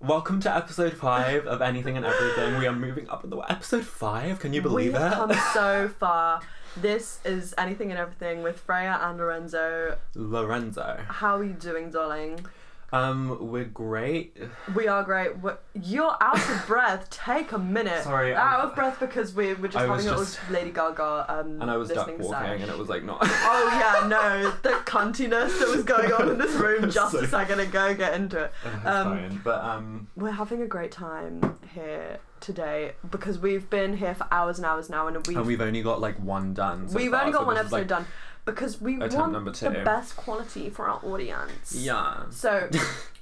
Welcome to episode five of Anything and Everything. We are moving up in the world. Episode five, can you believe we it? have come so far. This is anything and everything with Freya and Lorenzo. Lorenzo. How are you doing, darling? Um, we're great. We are great. we you're out of breath. Take a minute. Sorry, out I'm- of breath because we we're just I having was a little just- Lady Gaga um And I was duck listening walking sesh. and it was like not Oh yeah, no, the cuntiness that was going on in this room just Sorry. a second ago. Get into it. It's Um, fine. But um We're having a great time here today because we've been here for hours and hours now, and we've and we've only got like one done. so We've far, only so got one this is, episode like, done because we attempt want number the two. best quality for our audience. Yeah. So,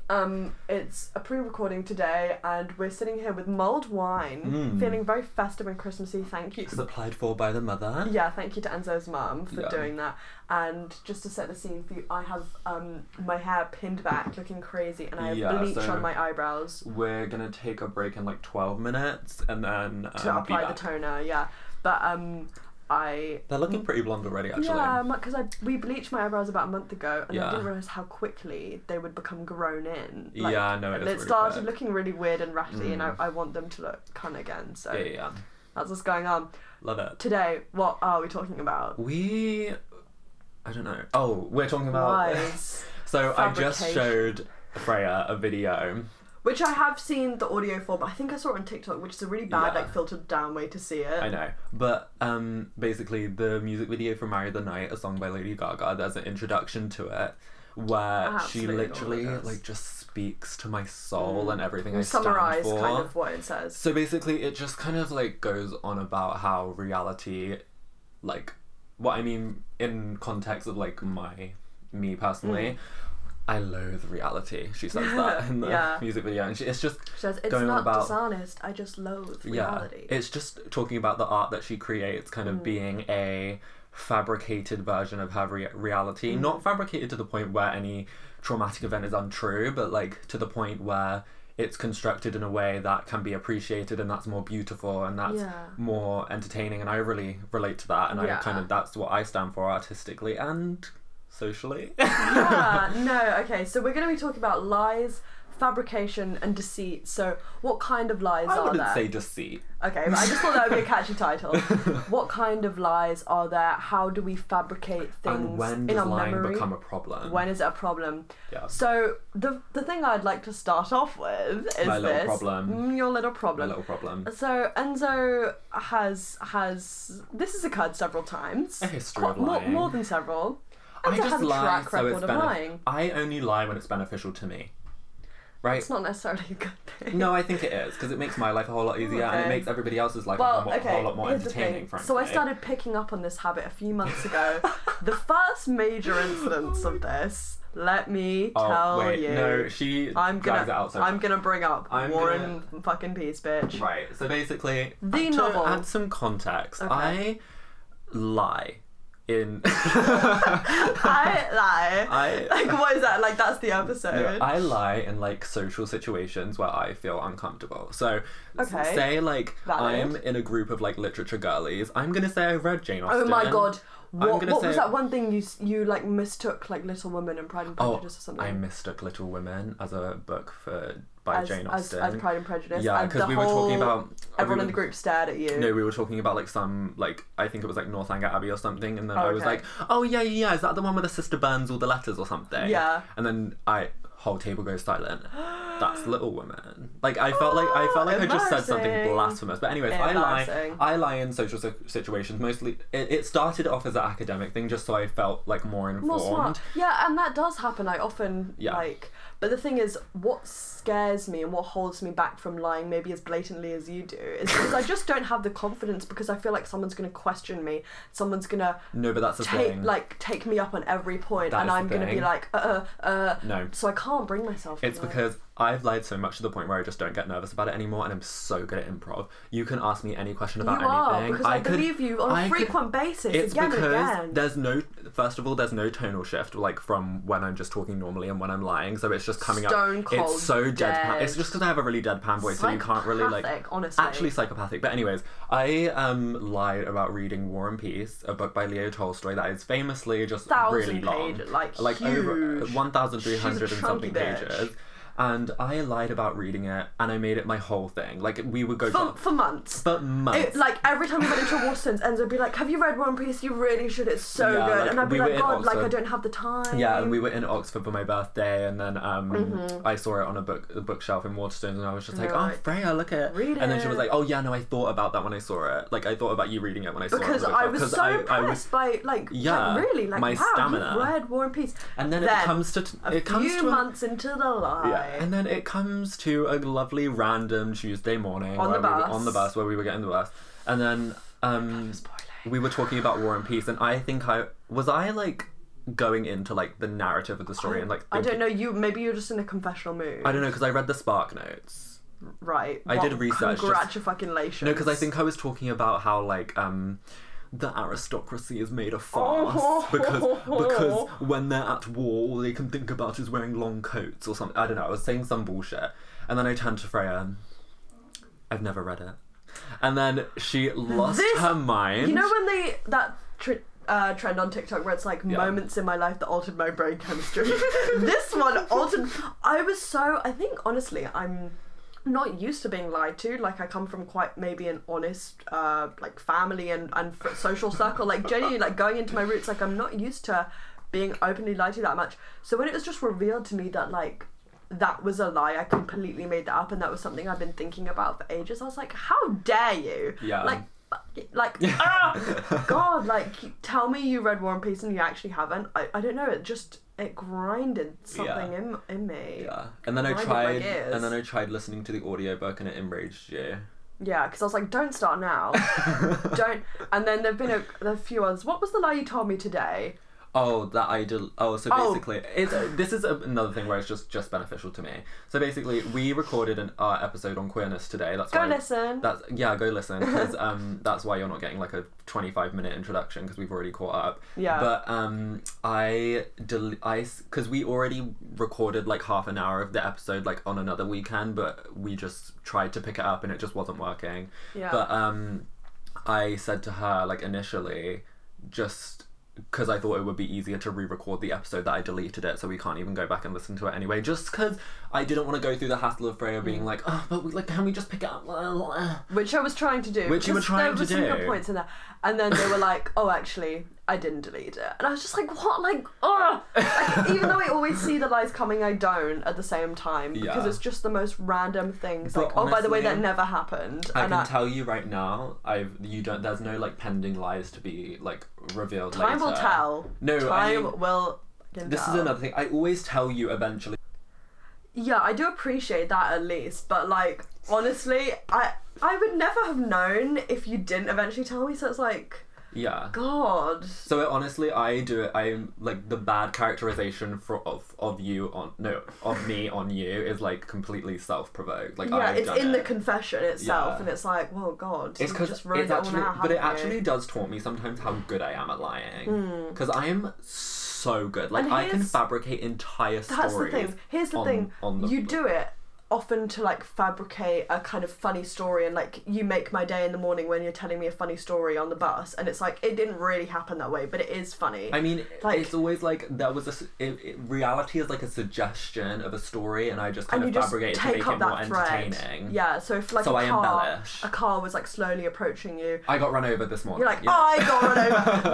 um, it's a pre-recording today, and we're sitting here with mulled wine, Mm. feeling very festive and Christmassy. Thank you. It's applied for by the mother. Yeah, thank you to Enzo's mum for Yeah. doing that. And just to set the scene for you, I have um my hair pinned back, looking crazy, and I have Yeah, bleach so- on my eyebrows We're gonna take a break in like twelve minutes and then um, to be apply the back. toner. Yeah, but um, I They're looking pretty blonde already actually. Yeah, because I we bleached my eyebrows about a month ago, and I Yeah. didn't realize how quickly they would become grown in. Like, yeah, no, it and is it really started quick. looking really weird and ratty, and I, Mm. I want them to look cunt again. So Yeah, yeah, yeah. that's what's going on Love it. today. What are we talking about? We, I don't know. Oh, we're talking about. Lies, so I just fabrication. showed Freya a video. which I have seen the audio for, but I think I saw it on TikTok, which is a really bad Yeah. like filtered down way to see it. I know, but um, basically the music video for "Marry the Night," a song by Lady Gaga. There's an introduction to it where she Absolutely literally gorgeous. like just speaks to my soul Mm. and everything I We'll stand summarize for. kind of what it says. So basically, it just kind of like goes on about how reality, like, what I mean in context of like my, me personally, I loathe reality. She says that in the Yeah. music video, and she, it's just She says it's going on not about- dishonest. I just loathe reality. yeah, it's just talking about the art that she creates, kind Mm. of being a fabricated version of her rea- reality. Mm. Not fabricated to the point where any traumatic event is untrue, but like to the point where it's constructed in a way that can be appreciated and that's more beautiful and that's Yeah. more entertaining. And I really relate to that, and I kind Yeah. of that's what I stand for artistically and socially. yeah, Ah, no, okay, so we're going to be talking about lies, fabrication, and deceit. So, what kind of lies I are wouldn't there? say deceit. Okay, but I just thought that would be a catchy title. what kind of lies are there? How do we fabricate things And when in does our lying memory? become a problem? when is it a problem? Yeah. So the the thing I'd like to start off with is My little this problem. Mm, your little a problem. little problem. So Enzo has has this has occurred several times. A history of more, lying. more than several. Enzo I just has a lie track so record it's of benef- lying. I only lie when it's beneficial to me. Right? It's not necessarily a good thing. no, I think it is because it makes my life a whole lot easier and it Okay. makes everybody else's life a, Well, whole, okay. whole lot more here's the entertaining, thing. frankly. So I started picking up on this habit a few months ago. the first major incidence of this, let me Oh, tell wait, you. no, she I'm drags it gonna out so I'm gonna bring up I'm Warren fucking Peace, bitch. Right. So basically, The to novel. add some context, Okay. I lie in. I lie. I- like what is that? Like that's the episode. No, I lie in like social situations where I feel uncomfortable. So, s- Okay. say like Valid. I'm in a group of like literature girlies. I'm gonna say I read Jane Austen. Oh my god! I'm What, gonna what say- was that one thing you s- you like mistook like Little Women and Pride and Oh, Prejudice or something? I mistook Little Women as a book for by as, Jane as, Austen. as Pride and Prejudice. yeah, and because the we were talking whole- about everyone we in the were- group stared at you. No, we were talking about like some like I think it was like Northanger Abbey or something, and then Oh, I was okay. like, oh yeah, yeah, yeah, is that the one where the sister burns all the letters or something? Yeah. And then I whole table goes silent. That's Little Women. Like I felt like I felt like I just said something Embarrassing. blasphemous. But anyways, I lie. Embarrassing. I lie in social si- situations mostly. It, it started off as an academic thing, just so I felt like more informed. More smart. Yeah, and that does happen. I often Yeah. like, but the thing is, what scares me and what holds me back from lying, maybe as blatantly as you do, is because I just don't have the confidence because I feel like someone's going to question me, someone's going to No, but that's the take thing. like take me up on every point, That and is the I'm going to be thing. like, uh, uh, uh. no. So I can't bring myself. to It's lie. because I've lied so much to the point where I just don't get nervous about it anymore, and I'm so good at improv. You can ask me any question you about are anything. because I, could- believe you on a I could- frequent basis It's again because and again. there's no. First of all, there's no tonal shift, like from when I'm just talking normally and when I'm lying. So it's just coming Stone up. cold it's so deadpan. dead. It's just because I have a really deadpan voice, so you can't really like. Psychopathic, honestly. Actually, psychopathic. But anyways, I um lied about reading War and Peace, a book by Leo Tolstoy that is famously just Thousand really long, page, like, like over huge. one thousand three hundred She's and a something chunky bitch. pages. and I lied about reading it, and I made it my whole thing. Like we would go for, for, for months. for months. It, like every time we went into Waterstones, Enzo would be like, "Have you read One Piece? You really should. It's so Yeah, good." like, and I'd be we were like, in "God, like I Oxford. don't have the time." Yeah, and we were in Oxford for my birthday, and then um, Mm-hmm. I saw it on a book a bookshelf in Waterstones, and I was just And like, you're "Oh, like, Freya, look at it!" "Read and then she was it." like, "Oh yeah, no, I thought about that when I saw it. Like I thought about you reading it when I saw because it." on the I bookshelf, was 'cause so I- impressed I was- by like, Yeah, like really like my wow, stamina. you read War and Peace. and then, Then it comes to t- A it comes few to a- months into the lie, yeah, and then it comes to a lovely random Tuesday morning On the where we were, bus. on the bus where we were getting the bus, and then um, Spoiler. we were talking about War and Peace, and I think I was I like going into like the narrative of the story and like I don't thinking- know. You maybe you're just in a confessional mood, I don't know because I read the Spark Notes. right? I did research, just- Congratulations. No, because I think I was talking about how like um the aristocracy is made a farce Oh. because because when they're at war, all they can think about is wearing long coats or something. I don't know. I was saying some bullshit, and then I turned to Freya. I've never read it, and then she lost This- her mind. you know when they that. Tr- uh, trend on TikTok where it's like moments in my life that altered my brain chemistry. this one altered. I was so. I think honestly, I'm not used to being lied to. Like I come from quite maybe an honest uh, like family and and f- social circle. Like genuinely, like going into my roots, like I'm not used to being openly lied to that much. So when it was just revealed to me that like that was a lie, I completely made that up, and that was something I've been thinking about for ages. I was like, how dare you? Yeah. Like. fuck- Like, ah, God, like, you- tell me you read War and Peace and you actually haven't. I, I don't know. It just it grinded something in in me. yeah, and then I Blinded my tried, ears. and then I tried listening to the audiobook, and it enraged you. Yeah, because I was like, don't start now. don't. And then there've been a, a few others. What was the lie you told me today? Oh, that I did. Oh, so Oh. basically, it's this is a, another thing where it's just just beneficial to me. So basically, we recorded an uh, episode on queerness today. That's Go why listen. That's yeah, go listen because um, that's why you're not getting like a 25 minute introduction because we've already caught up. Yeah. But um, I del- I because we already recorded like half an hour of the episode like on another weekend, but we just tried to pick it up and it just wasn't working. Yeah. But um, I said to her like initially, just because I thought it would be easier to re-record the episode that I deleted it, so we can't even go back and listen to it anyway. Just because I didn't want to go through the hassle of Freya being like, oh, but we, like, can we just pick it up? Which I was trying to do. Which you were because trying there were to some good do. points in there. And then they were like, oh, actually, I didn't delete it. And I was just like, what? Like, oh! Like, even though I always see the lies coming, I don't at the same time. Because Yeah. it's just the most random things. But like, oh, by the way, that honestly, never happened. I and can tell you right now, I've you don't. There's no like pending lies to be like revealed. time will later. tell. No, I Time mean- will. fucking This tell. is another thing. I always tell you eventually. Yeah, I do appreciate that at least, but like honestly, I I would never have known if you didn't eventually tell me. So it's like, Yeah. God, So it, honestly, I do it. I'm like the bad characterization for of, of you on no of me on you is like completely self provoked. Like yeah, I've it's done in it. the confession itself, Yeah. and it's like, well, God, It's you because just it's wrote it all actually, out, but it haven't you? Hmm. actually does taunt me sometimes how good I am at lying. Because I am so good. Like And I can here's- fabricate entire That's the stories. thing. Here's the on- thing. on the- you do it often to like fabricate a kind of funny story and like you make my day in the morning when you're telling me a funny story on the bus and it's like it didn't really happen that way but it is funny I mean, Like- it's always like there was a s- it, it- reality is like a suggestion of a story, and I just kind and you of just fabricate it to take make up it more that thread. entertaining. Yeah, so if like So a I car, embellish. a car was like slowly approaching you, I got run over this morning. you're like, "Oh, yeah. I got run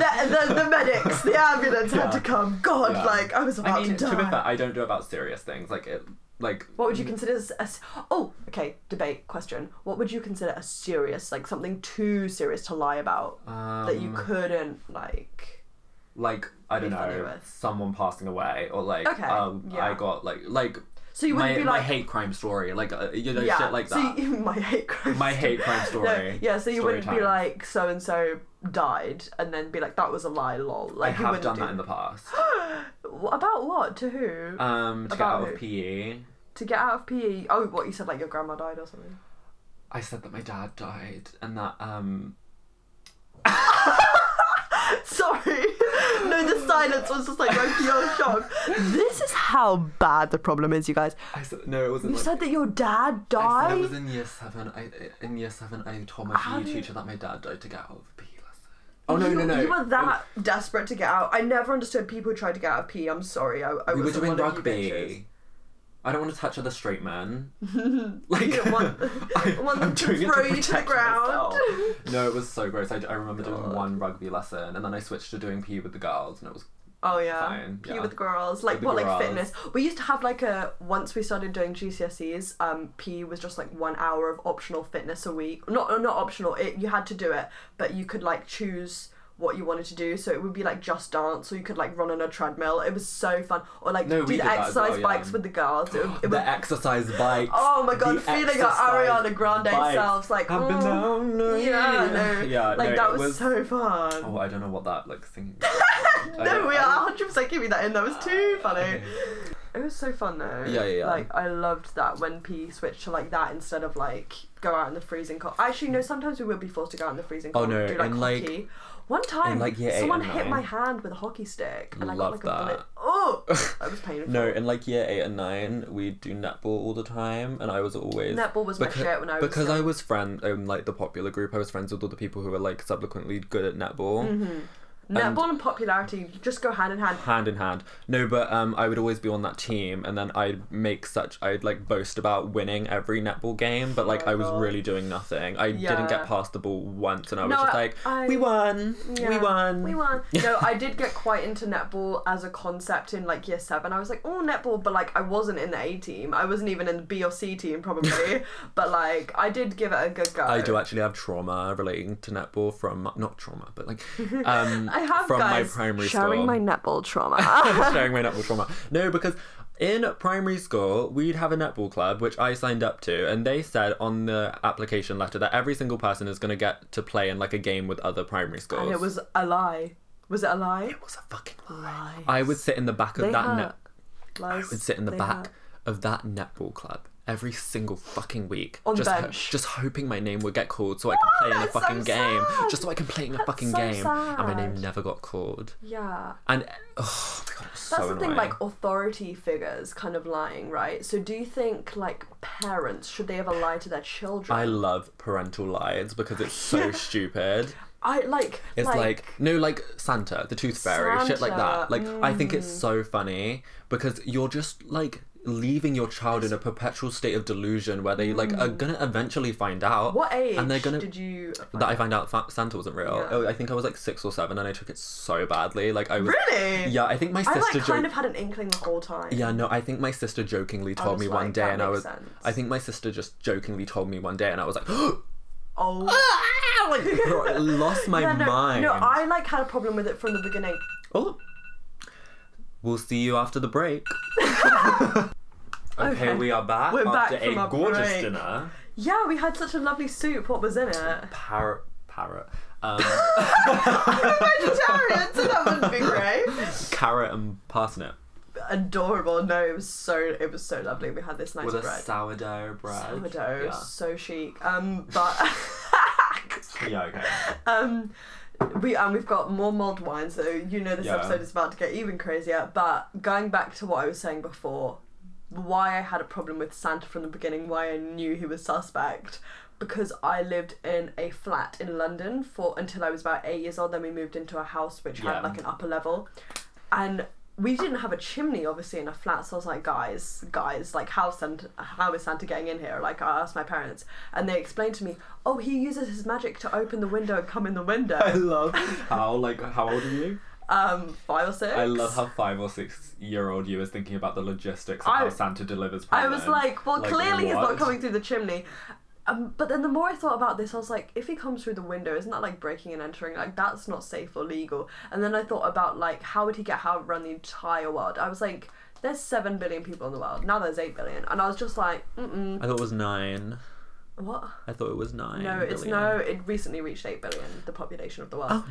over. the, the, the medics, the ambulance had to come. God, Yeah. like I was about I mean, to to, die. be fair, I don't do about serious things like it. Like what would you consider as a s- oh okay debate question? What would you consider a serious like something too serious to lie about um, that you couldn't like? like I don't be funny know, with? someone passing away, or like Okay, um, yeah. I got like like So you my, wouldn't be my like hate crime story, like uh, you know yeah shit like so that. you- my hate crime my hate crime No, story. yeah, so you story wouldn't be time. like so and so died, and then be like that was a lie, lol. I Like you have wouldn't done do that in the past. Wh- About what? To who? Um, to get About out who? of E. PE, to get out of PE? Oh, what you said, like your grandma died or something. I said that my dad died, and that um, Sorry. no, the silence was just like my pure shock. This is how bad the problem is, you guys. I said no, it wasn't. You like- said that your dad I said it died. was in year seven. I in year seven, I told my How PE did- teacher that my dad died to get out of PE lesson. Oh no, you, no, no! You were that desperate to get out. I never understood people who tried to get out of PE. I'm sorry. I, I We were wasn't doing one of you bitches. rugby. I don't want to touch other straight men. You Like, don't want- I, want them am to doing it to throw you to the protect ground. myself. No, it was so gross. I, I remember doing God. one rugby lesson, and then I switched to doing PE with the girls, and it was Oh yeah, Fine, Pee yeah. with girls. Like With the what, girls. like fitness? We used to have like a once we started doing GCSEs, um, P was just like one hour of optional fitness a week. Not not optional. It you had to do it, but you could like choose what you wanted to do. So it would be like just dance, or you could like run on a treadmill. It was so fun, or like No, we do did the that as exercise well, yeah. bikes with the girls. It, would- it the would- exercise bikes. Oh my god, the feeling our exercise Ariana Grande bikes. selves like I've been mm, down, no, yeah, no, yeah, like no, that it was, so fun. Oh, I don't know what that like thing. No, we are 100% giving that in. That was too funny. It was so fun though. Yeah, yeah, yeah. Like I loved that when P switched to like that instead of like go out in the freezing cold. Actually, no. Sometimes we would be forced to go out in the freezing Oh, cold. no, Do like in, like- hockey. One time, like, year eight someone and hit nine. my hand with a hockey stick, and Love I got like a bullet. that. Oh, that was painful. No, in like year eight and nine, we do netball all the time, and I was always netball was my Becau- shit when I was because young. I was friend, um, like the popular group. I was friends with all the people who were like subsequently good at netball, Mm-hmm. and- netball and popularity just go hand in hand. hand in hand. No, but um, I would always be on that team, and then I'd make such I'd like boast about winning every netball game, but like Oh my I was God. really doing nothing. I Yeah. didn't get past the ball once, and I was No, just I- like, I- we won, we Yeah, won, We won. No, I did get quite into netball as a concept in like year seven. I was like, oh, netball, but like I wasn't in the A team. I wasn't even in the B or C team probably. but like I did give it a good go. I do actually have trauma relating to netball from not trauma, but like um, I have from guys my primary sharing school. my netball trauma. sharing my netball trauma. No, because in primary school we'd have a netball club which I signed up to, and they said on the application letter that every single person is going to get to play in like a game with other primary schools. and it was a lie. Was it a lie? It was a fucking lie. Lies. I would sit in the back of They that net. hurt. Lies. I would sit in the They back hurt. of that netball club every single fucking week. On the just ho- bench. just hoping my name would get called so I could play in a that's so fucking game. sad. Just so I could play in a That's fucking so game. And my name sad. never got called. Yeah. And oh my god, it was That's so the annoying. thing, like authority figures kind of lying, right? So, do you think, like, parents, should they ever lie to their children? I love parental lies because it's so stupid. I like. It's like, no, like Santa, the Tooth Fairy, shit like that. Santa, Mm. Like I think it's so funny because you're just like leaving your child in a perpetual state of delusion where they like are gonna eventually find out. Mm. What age And they're gonna did you? that I found out fa- Santa wasn't real. Yeah. Oh, I think I was like six or seven, and I took it so badly. Like I was. Really? Yeah, I think my I sister. like kind jo- of had an inkling the whole time. yeah, no, I think my sister jokingly told me was one like, day, that and I was. makes sense. I think my sister just jokingly told me one day, and I was like, Oh. like I lost my Yeah, no, mind. No, I like had a problem with it from the beginning. Oh. We'll see you after the break. okay, Okay. we are back We're back after from a our gorgeous break. dinner. Yeah, we had such a lovely soup. What was in it? Parrot, parrot, um, Vegetarian, so that wouldn't be great. carrot and parsnip Adorable. No, it was so it was so lovely. We had this nice with a bread. sourdough bread. Sourdough, Yeah. so chic. Um, but Yeah, okay. um, we and we've got more mulled wine, so you know this Yeah. episode is about to get even crazier. But going back to what I was saying before, why I had a problem with Santa from the beginning, why I knew he was suspect, because I lived in a flat in London for until I was about eight years old. Then we moved into a house which Yeah. had like an upper level, and we didn't have a chimney obviously in a flat so i was like guys guys like how santa how is santa getting in here like i asked my parents and they explained to me oh he uses his magic to open the window and come in the I window love how like how old are you? um five or six I love how five or six year old you is thinking about the logistics of I- how Santa delivers. I was presents. like, well, clearly he's what? not coming through the chimney. Um, but then the more I thought about this, I was like, if he comes through the window, isn't that like breaking and entering? Like that's not safe or legal. And then I thought about like how would he get how around the entire world? I was like, there's seven billion people in the world. Now there's eight billion, and I was just like, mm I thought it was nine. what? I thought it was nine. No, it's billion. no. It recently reached eight billion, the population of the world.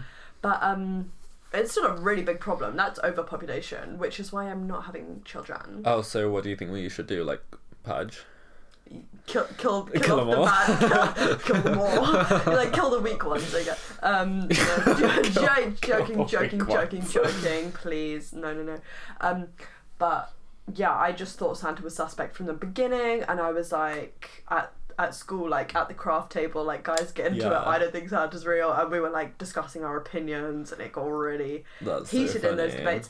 But um, it's still a really big problem. That's overpopulation, which is why I'm not having children. Oh, so what do you think we should do? Like purge? kill kill kill, Kill off 'em all. the bad kill, kill them all like kill the weak ones I guess. um no, jo- all jo- joking joking weak ones. joking joking please no no no um but yeah I just thought Santa was suspect from the beginning and I was like at at school like at the craft table like guys get into Yeah. it I don't think Santa's real and we were like discussing our opinions and it got really That's so heated in those funny. debates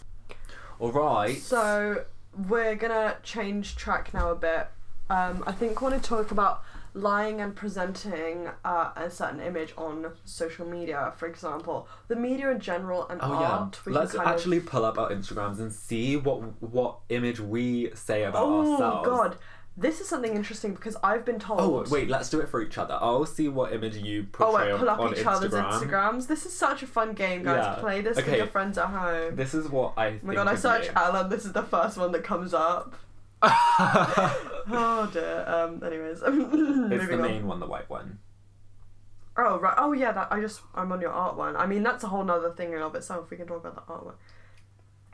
All right. so we're gonna change track now a bit. Um, I think want to talk about lying and presenting uh, a certain image on social media, for example, the media in general and Oh yeah. art. we can Let's kind of- actually pull up our Instagrams and see what what image we say about Oh ourselves. god, this is something interesting because I've been told. Oh wait, let's do it for each other. I'll see what image you Oh, portray wait, pull up on each Instagram. other's Instagrams. This is such a fun game, guys. Yeah. Play this Okay. with your friends at home. This is what I. oh my god, I search Alan. This is the first one that comes up. Oh dear. Um. Anyways, it's the moving on. main one, the white one. Oh right. Oh yeah. That I just I'm on your art one. I mean that's a whole nother thing in and of itself. We can talk about the art one.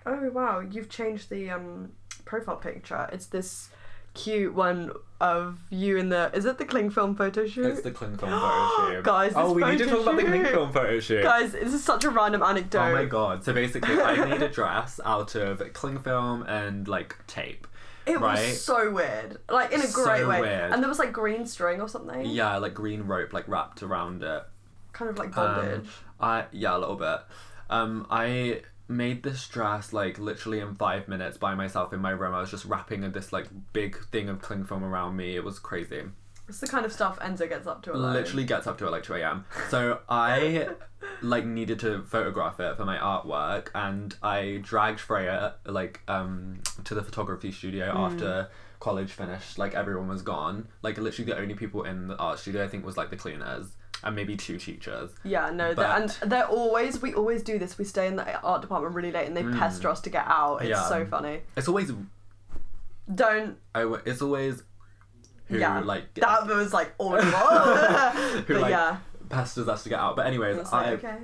Oh wow, you've changed the um profile picture. It's this cute one of you in the. Is it the cling film photo shoot? It's the Kling film photo shoot. Guys, oh, this we need to photo talk about the Kling shoot. film photo shoot. Guys, this is such a random anecdote. Oh my god. So basically, I made a dress out of cling film and like tape. It Right. was so weird. Like in a So great way. weird. And there was like green string or something. Yeah, like green rope, like wrapped around it. Kind of like Um, bondage. I yeah, a little bit. Um, I made this dress like literally in five minutes by myself in my room. I was just wrapping this like big thing of cling film around me. It was crazy. it's the kind of stuff Enzo gets up to alone. Literally gets up to it like two a.m. So I like needed to photograph it for my artwork, and I dragged Freya like um to the photography studio Hmm. after college finished. Like everyone was gone. Like literally the only people in the art studio I think was like the cleaners and maybe two teachers. Yeah, no, they're, and But- they're always we always do this. We stay in the art department really late, and they pester us to get out. It's Mm. Yeah. so funny. It's always Don't I w- it's always who yeah, like that was like all in one. who but like yeah, pesters us to get out. But anyways, it's I like, okay.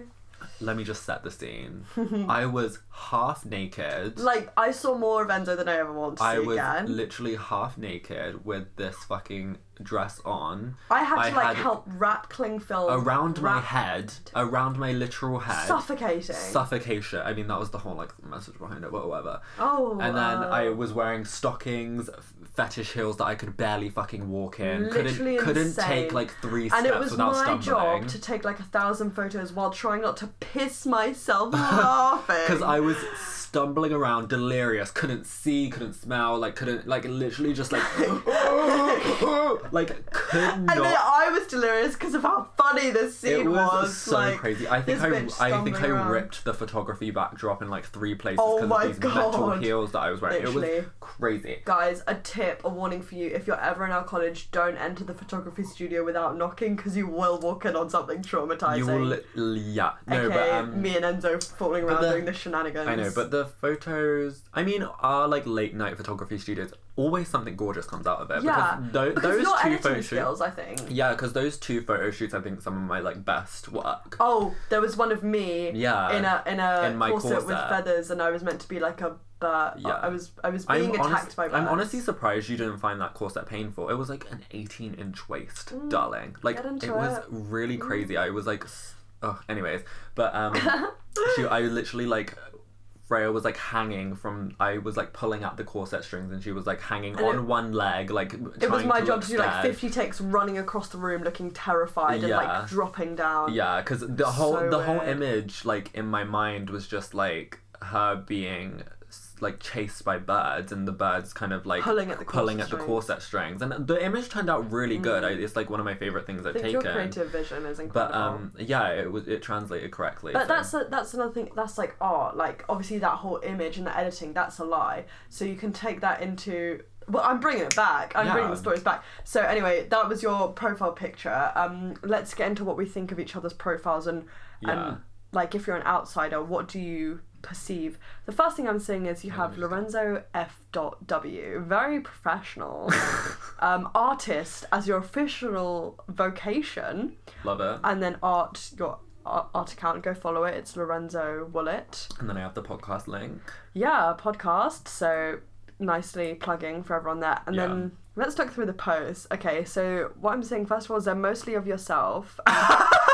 let me just set the scene. I was half naked. Like I saw more of Enzo than I ever want to see I was again. literally half naked with this fucking dress on I had to I like had- help wrap cling film around my wrap- head, around my literal head. suffocating. Suffocation. I mean, that was the whole like message behind it, but whatever. oh, And then uh, I was wearing stockings, f- fetish heels that I could barely fucking walk in. Literally couldn't couldn't insane. take like three And steps it was without my stumbling. job to take like a thousand photos while trying not to piss myself laughing. because I was stumbling around, delirious, couldn't see, couldn't smell, like couldn't, like literally just like, like could And then not. I was delirious because of how funny this scene It was, so like, crazy. I think this I, bitch I think I stumbling around. ripped the photography backdrop in like three places Oh because my of these metal God. heels that I was wearing. It was Literally. crazy. Guys, a tip, a warning for you: if you're ever in our college, don't enter the photography studio without knocking because you will walk in on something traumatizing. You will, li- yeah, no, okay, but um, me and Enzo falling around the- doing the shenanigans. I know, but the photos. I mean, our like late night photography studios always something gorgeous comes out of it. yeah, because, tho- because those your two editing photo shoots. skills, I think. Yeah, because those two photo shoots, I think, some of my like best work. Oh, there was one of me Yeah. in a in a In my corset, with corset. feathers, and I was meant to be like a bird. Yeah. I was I was being honest- attacked by birds. I'm honestly surprised you didn't find that corset painful. It was like an 18 inch waist, darling. Like Mm, get it, into was it. Mm. really crazy. I was like, oh, anyways, but um, she, I literally like. Freya was like hanging from. I was like pulling at the corset strings, and she was like hanging on one leg, like. It was my to job look to do like scared. 50 takes running across the room looking terrified and Yeah. like dropping down. Yeah, because the whole So the whole weird. image like in my mind was just like her being s- like chased by birds and the birds kind of like Pulling at the pulling corset at the strings. corset strings and the image turned out really good. I, it's like one of my favorite things I've I Mm. think your taken. creative vision is incredible. But um, yeah, it was it translated correctly. but so- that's a, that's another thing. That's like art. Like obviously that whole image and the editing. That's a lie. So you can take that into. Well, I'm bringing it back. I'm Yeah. bringing the stories back. So anyway, that was your profile picture. Um, let's get into what we think of each other's profiles and Yeah. and like if you're an outsider, what do you perceive? The first thing I'm seeing is you have Lorenzo F. Dot W. Very professional. um, artist as your official vocation love it. and then art your art, art account go follow it it's lorenzo Wallet. and then I have the podcast link. yeah podcast so nicely plugging for everyone there and Yeah. then let's talk through the posts okay so what i'm saying first of all is they're mostly of yourself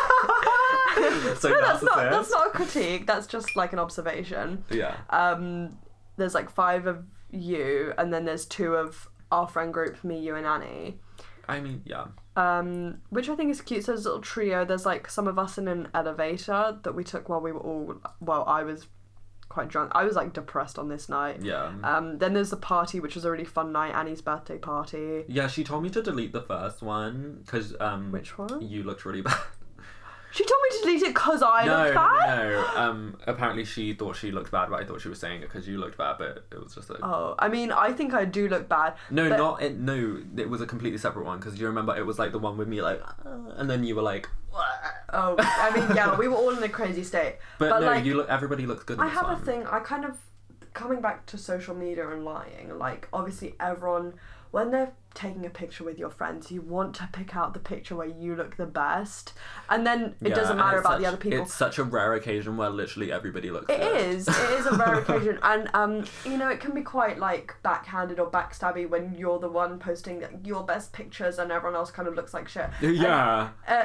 So no, that's not narcissist. that's not a critique that's just like an observation Yeah. um there's like five of you and then there's two of our friend group me you and annie I mean, yeah. um, which I think is cute. So there's a little trio. There's like some of us in an elevator that we took while we were all, well, I was quite drunk. I was like depressed on this night. Yeah. Um, then there's the party, which was a really fun night. Annie's birthday party. yeah, she told me to delete the first one because um, Which one? you looked really bad. She told me to delete it because I no, looked no, bad. no, no. Um, apparently she thought she looked bad, but I thought she was saying it because you looked bad, but it was just a Oh, I mean, I think I do look bad. no, but- not it. No, it was a completely separate one because you remember it was like the one with me like, "Uh," and then you were like, Oh, I mean, yeah, we were all in a crazy state. but, But, no, like, you look. Everybody looks good. in I this have one. a thing. I kind of coming back to social media and lying. Like obviously, everyone when they're taking a picture with your friends, you want to pick out the picture where you look the best, and then it Yeah, doesn't and matter it's about the such- other people. It's such a rare occasion where literally everybody looks. It good. is. It is a rare occasion, and um, you know, it can be quite like backhanded or backstabby when you're the one posting your best pictures and everyone else kind of looks like shit. Yeah, Uh,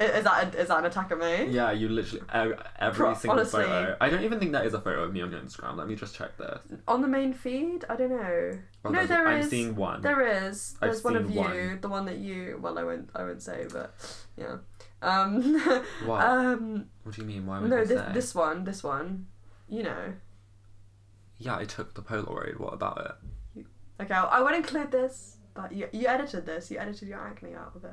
is that is that an attack at me? yeah. You literally e- every Pro- single honestly. photo. I don't even think that is a photo of me on your Instagram. Let me just check this. On the main feed, I don't know. Well, no, there's- there I'm is- seeing one. There is. I've There's one of seen you, one. the one that you. Well, I won't. I won't say, but yeah. Um. What? um. what do you mean? Why would No, you this say? this one. This one. You know. Yeah, I took the Polaroid. What about it? Okay, I won't include this. But you, you edited this. You edited your acne out of it.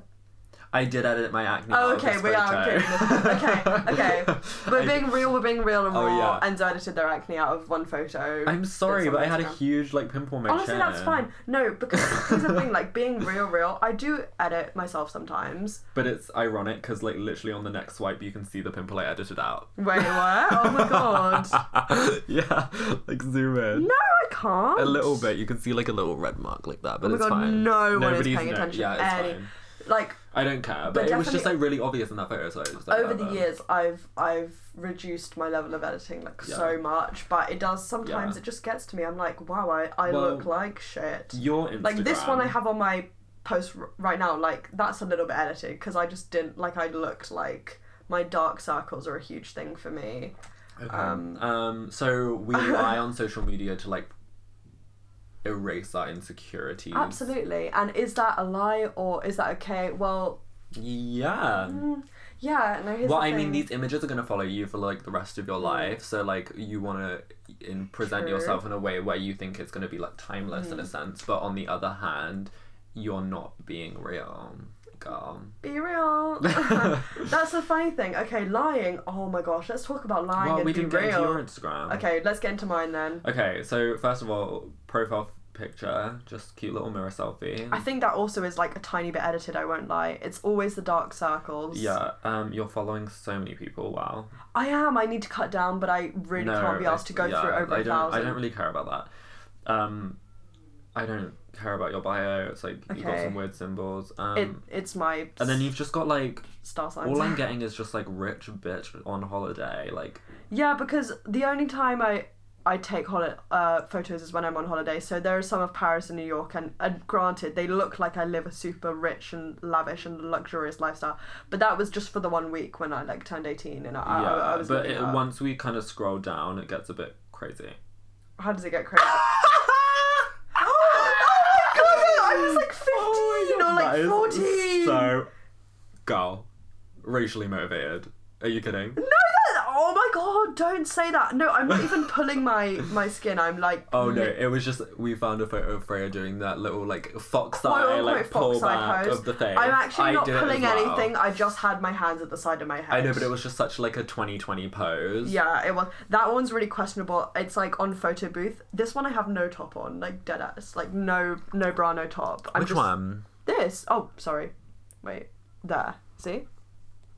I did edit my acne. Oh, out of okay, this we are photo. including this. Okay, okay. We're I- being real. We're being real and Oh, raw. yeah. Enzo edited their acne out of one photo. I'm sorry, that's but on I had a Instagram. huge like pimple on my Honestly, chin. that's fine. No, because here's the thing. Like being real, real. I do edit myself sometimes. But it's ironic because like literally on the next swipe you can see the pimple I edited out. Wait, what? Oh my god. yeah, like zoom in. No, I can't. A little bit. You can see like a little red mark like that, but Oh my it's God, fine. no one is Nobody's paying no- attention. Yeah, it's Any- fine. Like I don't care, but, But it was just definitely- like really obvious in that photo, so I was like, over the whatever. years, I've I've reduced my level of editing like Yeah. so much, but it does sometimes. Yeah. It just gets to me. I'm like, wow, I I Well, look like shit. Your Instagram. Like this one I have on my post r- right now. Like that's a little bit edited because I just didn't like I looked like my dark circles are a huge thing for me. Okay. um, Um, so we rely on social media to like erase our insecurities. Absolutely. And is that a lie or is that okay? Well, Yeah. yeah. No. Here's Well, Mm, the I mean, thing. these images are gonna follow you for like the rest of your life. So like, you wanna in, present True. Mm. yourself in a way where you think it's gonna be like timeless in a sense. But on the other hand, you're not being real, girl. Be real. That's the funny thing. Okay, lying. Oh my gosh, let's talk about lying well, and we be didn't get into real. your Instagram. Okay, let's get into mine then. Okay, so first of all, profile picture, just cute little mirror selfie. I think that also is like a tiny bit edited. I won't lie. It's always the dark circles. yeah, um, you're following so many people. Wow. I am. I need to cut down, but I really can't be I- asked to go yeah, through over I a don't, thousand. I don't really care about that. Um, I don't care about your bio. It's like you've got Okay. some weird symbols. Um, it, it's my and then you've just got like star signs. all I'm getting is just like rich bitch on holiday. Like Yeah, because the only time I I take holi- uh, photos is when I'm on holiday. So there are some of Paris and New York, and, and granted, they look like I live a super rich and lavish and luxurious lifestyle. But that was just for the one week when I like turned eighteen, and I, I- yeah, I, was. but living it, up. once we kind of scroll down, it gets a bit crazy. How does it get crazy? Oh my God, I was like fifteen or Oh That like is fourteen. So, girl, racially motivated. Are you kidding? No, that, oh my god! Don't say that. No, I'm not even pulling my my skin. I'm like. Oh no, it was just we found a photo of Freya doing that little like fox Quote, eye unquote, like fox pull eye back pose. of the face. I'm actually I not did it as pulling well. anything. I just had my hands at the side of my head. I know, but it was just such like a 2020 pose. Yeah, it was. That one's really questionable. It's like on photo booth. This one I have no top on, like dead ass, like no no bra, no top. I'm Which just- one? This. Oh, sorry. Wait, there. See,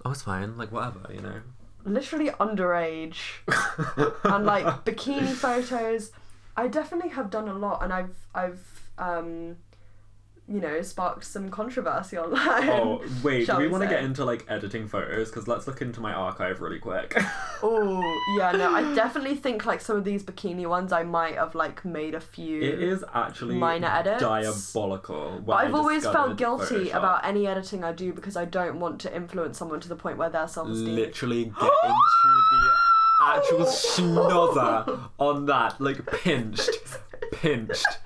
Oh, it's fine. Like whatever, you know. literally underage and like bikini photos. I definitely have done a lot, and I've I've um, you know, sparked some controversy online. Oh wait, do shall we we want to say? get into like editing photos? Because let's look into my archive really quick. Oh yeah, no, I definitely think like some of these bikini ones, I might have like made a few. it is actually Minor edits. diabolical. what But I I've always discovered felt guilty Photoshop. about any editing I do because I don't want to influence someone to the point where their self esteem. literally get into the actual schnozzer on that, like pinched, pinched,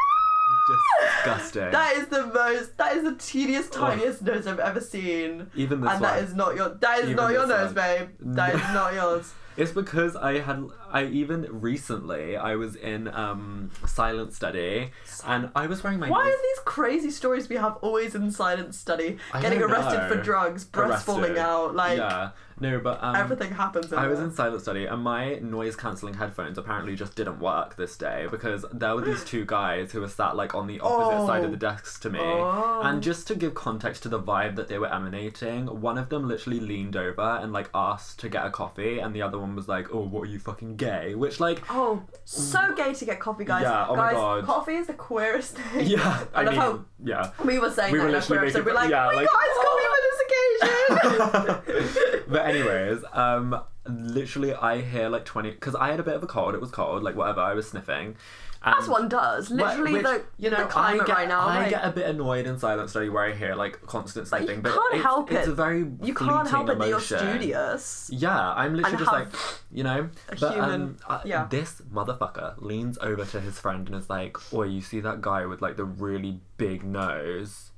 disgusting. that is the most. That is the teeniest, tiniest nose I've ever seen. Even this one. and that is not your. That is Even not your this nose, one. babe. That is not yours. It's because I had I even recently I was in um silent study and I was wearing my Why are nice- these crazy stories we have always in silent study? I Getting don't arrested know. for drugs, Arrested. breasts falling out, like yeah no but um, everything happens. In I was there. in silent study and my noise cancelling headphones apparently just didn't work this day because there were these two guys who were sat like on the opposite Oh. side of the desks to me. Oh. And just to give context to the vibe that they were emanating, one of them literally leaned over and like asked to get a coffee and the other one was like, "Oh, what are you fucking gay?" which like Oh, so gay to get coffee, guys. Yeah, oh my guys, God. coffee is the queerest thing. yeah, I I, love mean, how- yeah. We were saying We that were in our literally queer making episode. We're like, fun- yeah, we like, got guys, coffee for this occasion. but anyways, um, literally, I hear like twenty because I had a bit of a cold. It was cold, like whatever. I was sniffing. And That's one does. Literally, Which, the you know, the climate I get, right now. I like, get a bit annoyed in silent study where I hear like constant you sleeping, but can't it's, help it's it. a very you can't help it fleeting that you're emotion. studious. Yeah, I'm literally And just like, have you know, but um, human- uh, yeah. this motherfucker leans over to his friend and is like, "Oh, you see that guy with like the really big nose?"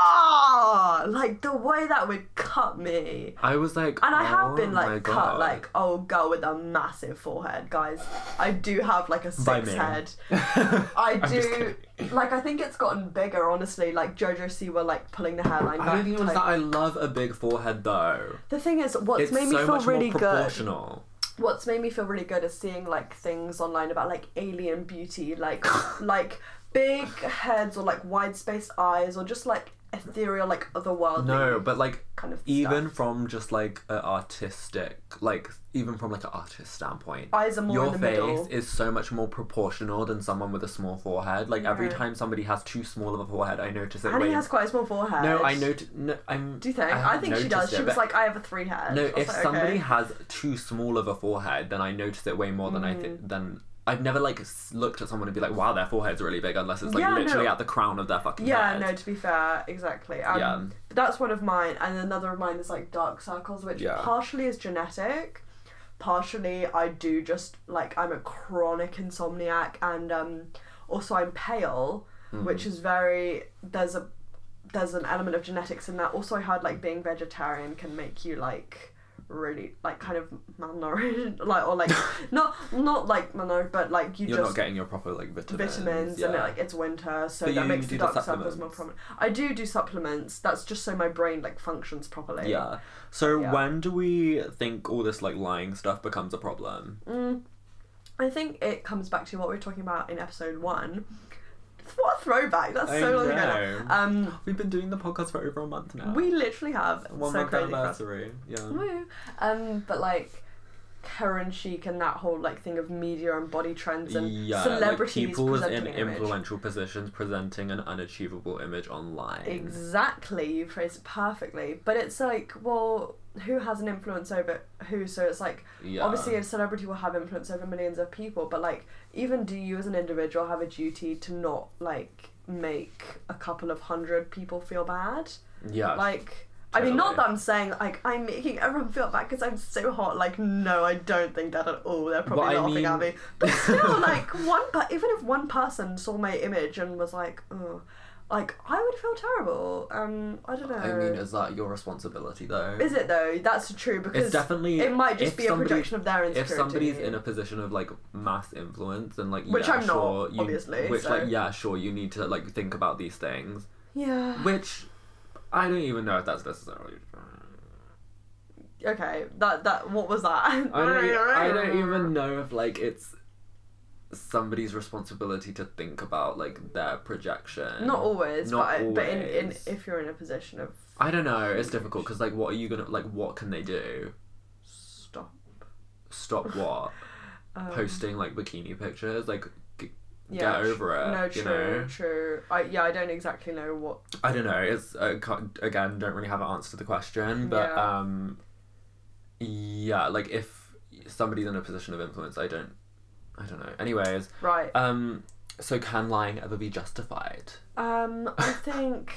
Ah, like the way that would cut me. I was like, And I have "Oh been my like God." cut, like oh girl with a massive forehead, guys. I do have like a By six me. head. I I'm just do. kidding. Like I think it's gotten bigger, honestly. Like JoJo Siwa, like pulling the hairline I back. don't think it was like- that. I love a big forehead though. The thing is, what's It's made me so feel much really more good. proportional. What's made me feel really good is seeing like things online about like alien beauty, like like big heads or like wide spaced eyes or just like ethereal, like otherworldly No, but like kind of even stuff. from just like an artistic, like even from like an artist standpoint, eyes are more your in the face middle. is so much more proportional than someone with a small forehead. Like every Yeah. time somebody has too small of a forehead, I notice it. And he way- has quite a small forehead. no, I notice. No, I'm. Do you think? I, haven't think she does. noticed it, she was but- like, I have a three head. no. I was If like, somebody okay. has too small of a forehead, then I notice it way more than I th- Mm. than. I've never like s- looked at someone and be like, "Wow, their forehead's really big," unless it's like Yeah, literally no. at the crown of their fucking Yeah, head. no, to be fair, exactly. Um, Yeah. but That's one of mine. And another of mine is like dark circles, which Yeah. partially is genetic. Partially, I do just like, I'm a chronic insomniac. And um, also, I'm pale, Hmm. which is very, there's a, there's an element of genetics in that. Also, I heard like being vegetarian can make you like really like kind of malnourished, like or like not not like malnourished, but like you You're just not getting your proper like vitamins. vitamins yeah. and like it's winter so But that you makes do the the dark circles more supplements. prominent i do do supplements that's just so my brain like functions properly Yeah. So Yeah. when do we think all this like lying stuff becomes a problem? i think it comes back to what we were talking about in episode one what a throwback that's I so long know. ago now. um We've been doing the podcast for over a month now. we literally have one so month crazy for us. anniversary. Yeah. Woo. um but like Karen Chic and that whole like thing of media and body trends and Yeah, like celebrities people in presenting an image. influential positions presenting an unachievable image online. Exactly, you phrased it perfectly. But it's like, well, who has an influence over who? So it's like, Yeah. obviously, a celebrity will have influence over millions of people, but like, even do you as an individual have a duty to not like make a couple of hundred people feel bad? yeah. Like, I mean, not Totally. that I'm saying like I'm making everyone feel bad because I'm so hot. Like, no, I don't think that at all. They're probably But I laughing at mean- me. But still, like one, but even if one person saw my image and was like, oh, like I would feel terrible. Um, I don't know. I mean, is that your responsibility though? is it though? That's true because it's definitely it might if just be a somebody- projection of their if insecurity. somebody's in a position of like mass influence and like Which yeah, I'm not, sure, you, obviously, which so- like yeah sure you need to like think about these things yeah. which I don't even know if that's necessarily. Okay. That that what was that? I I don't, e, I don't even know if like it's somebody's responsibility to think about like their projection. Not always, Not but, but in, in always. if you're in a position of I don't know. It's difficult because like, what are you gonna like? What can they do? stop. Stop what? Um, Posting like bikini pictures? Like, g- yeah, get tr- over it. No, you true, know. true. I yeah, I don't exactly know what. I don't know. It's uh, can't- again, don't really have an answer to the question, but Yeah. um, yeah, like if somebody's in a position of influence, I don't, I don't know. Anyways, Right. um, so can lying ever be justified? Um, I think.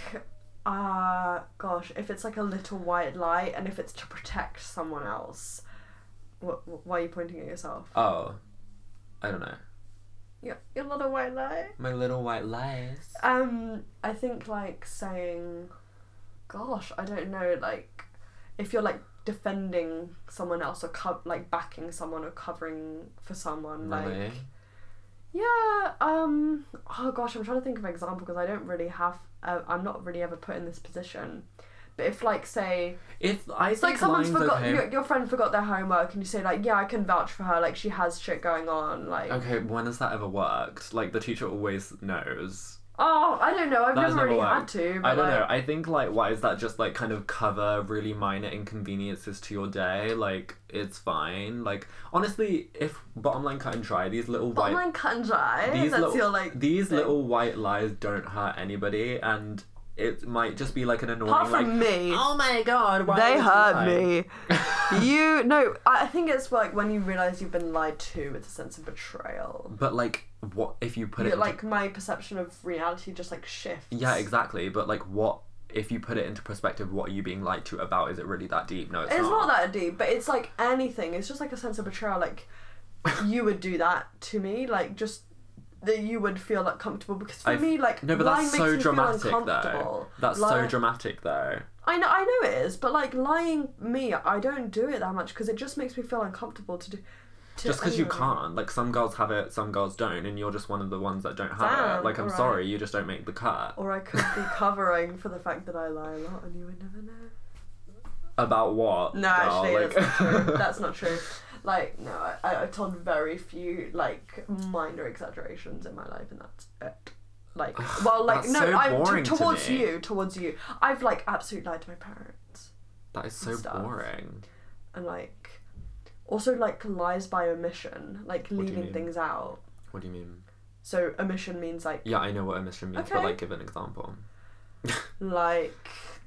Uh, gosh, if it's like a little white lie, and if it's to protect someone else, what? Why are you pointing at yourself? Oh, I don't know. Your your little white lie. My little white lies. Um, I think like saying, gosh, I don't know, like if you're like defending someone else or co- like backing someone or covering for someone. Really? Like yeah, um, oh gosh, I'm trying to think of an example because I don't really have. Uh, I'm not really ever put in this position. But if like say if I it's like think someone's mine's forgot okay. your, your friend forgot their homework and you say like yeah I can vouch for her like she has shit going on like Okay, when has that ever worked? Like the teacher always knows. oh I don't know I've That never, has never really had worked. to but I don't like, know. I think like why is that just like kind of cover really minor inconveniences to your day? Like it's fine. Like honestly, if bottom line cut and dry, these little But white online can dry. these That's little your like these thing. little white lies don't hurt anybody, and it might just be like an annoying Apart like. from me, Oh my god! Why they would you hurt lie?" me. you no, I I think it's like when you realize you've been lied to, it's a sense of betrayal. But like, what if you put it Yeah, into- like my perception of reality just like shifts. Yeah, exactly. But like, what if you put it into perspective? What are you being lied to about? Is it really that deep? No, it's, It's not that deep, but it's like anything. It's just like a sense of betrayal. Like you would do that to me, like just that you would feel like comfortable because for I've- me, like No, but lying that's makes so me dramatic, feel though. uncomfortable. That's so Lying- dramatic, though. I know, I know it is, but like lying me, I don't do it that much because it just makes me feel uncomfortable to do. To Just because you anyone. can't, like some girls have it, some girls don't, and you're just one of the ones that don't have it. Damn, Like, I'm alright. sorry, you just don't make the cut. Or I could be covering for the fact that I lie a lot, and you would never know. About what? No, girl? actually, Oh, Like- that's not true. That's not true. Like, no, I- I, I've told very few like minor exaggerations in my life, and that's it. Like, well, like that's no, so I'm boring to towards me. you, towards you. I've like absolutely lied to my parents, that is so Stuff. boring. and like also like lies by omission, like What do you leaving mean? things out. What do you mean? So omission means like Yeah, I know what omission means, but Okay. like, give an example. like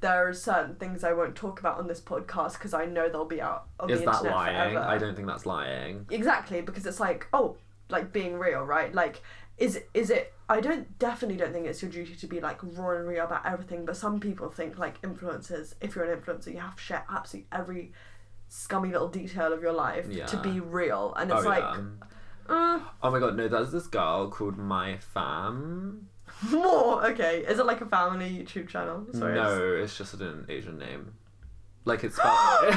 there are certain things I won't talk about on this podcast because I know they'll be out on Is the that internet lying? forever. I don't think that's lying. exactly because it's like oh like being real right like is is it I don't definitely don't think it's your duty to be like raw and real about everything but some people think like influencers if you're an influencer you have to share absolutely every scummy little detail of your life Yeah. to be real and it's like uh, Oh my god, no, there's this girl called My Fam. more okay is it like a family YouTube channel sorry I just- no, it's just an Asian name. Like it's spelled.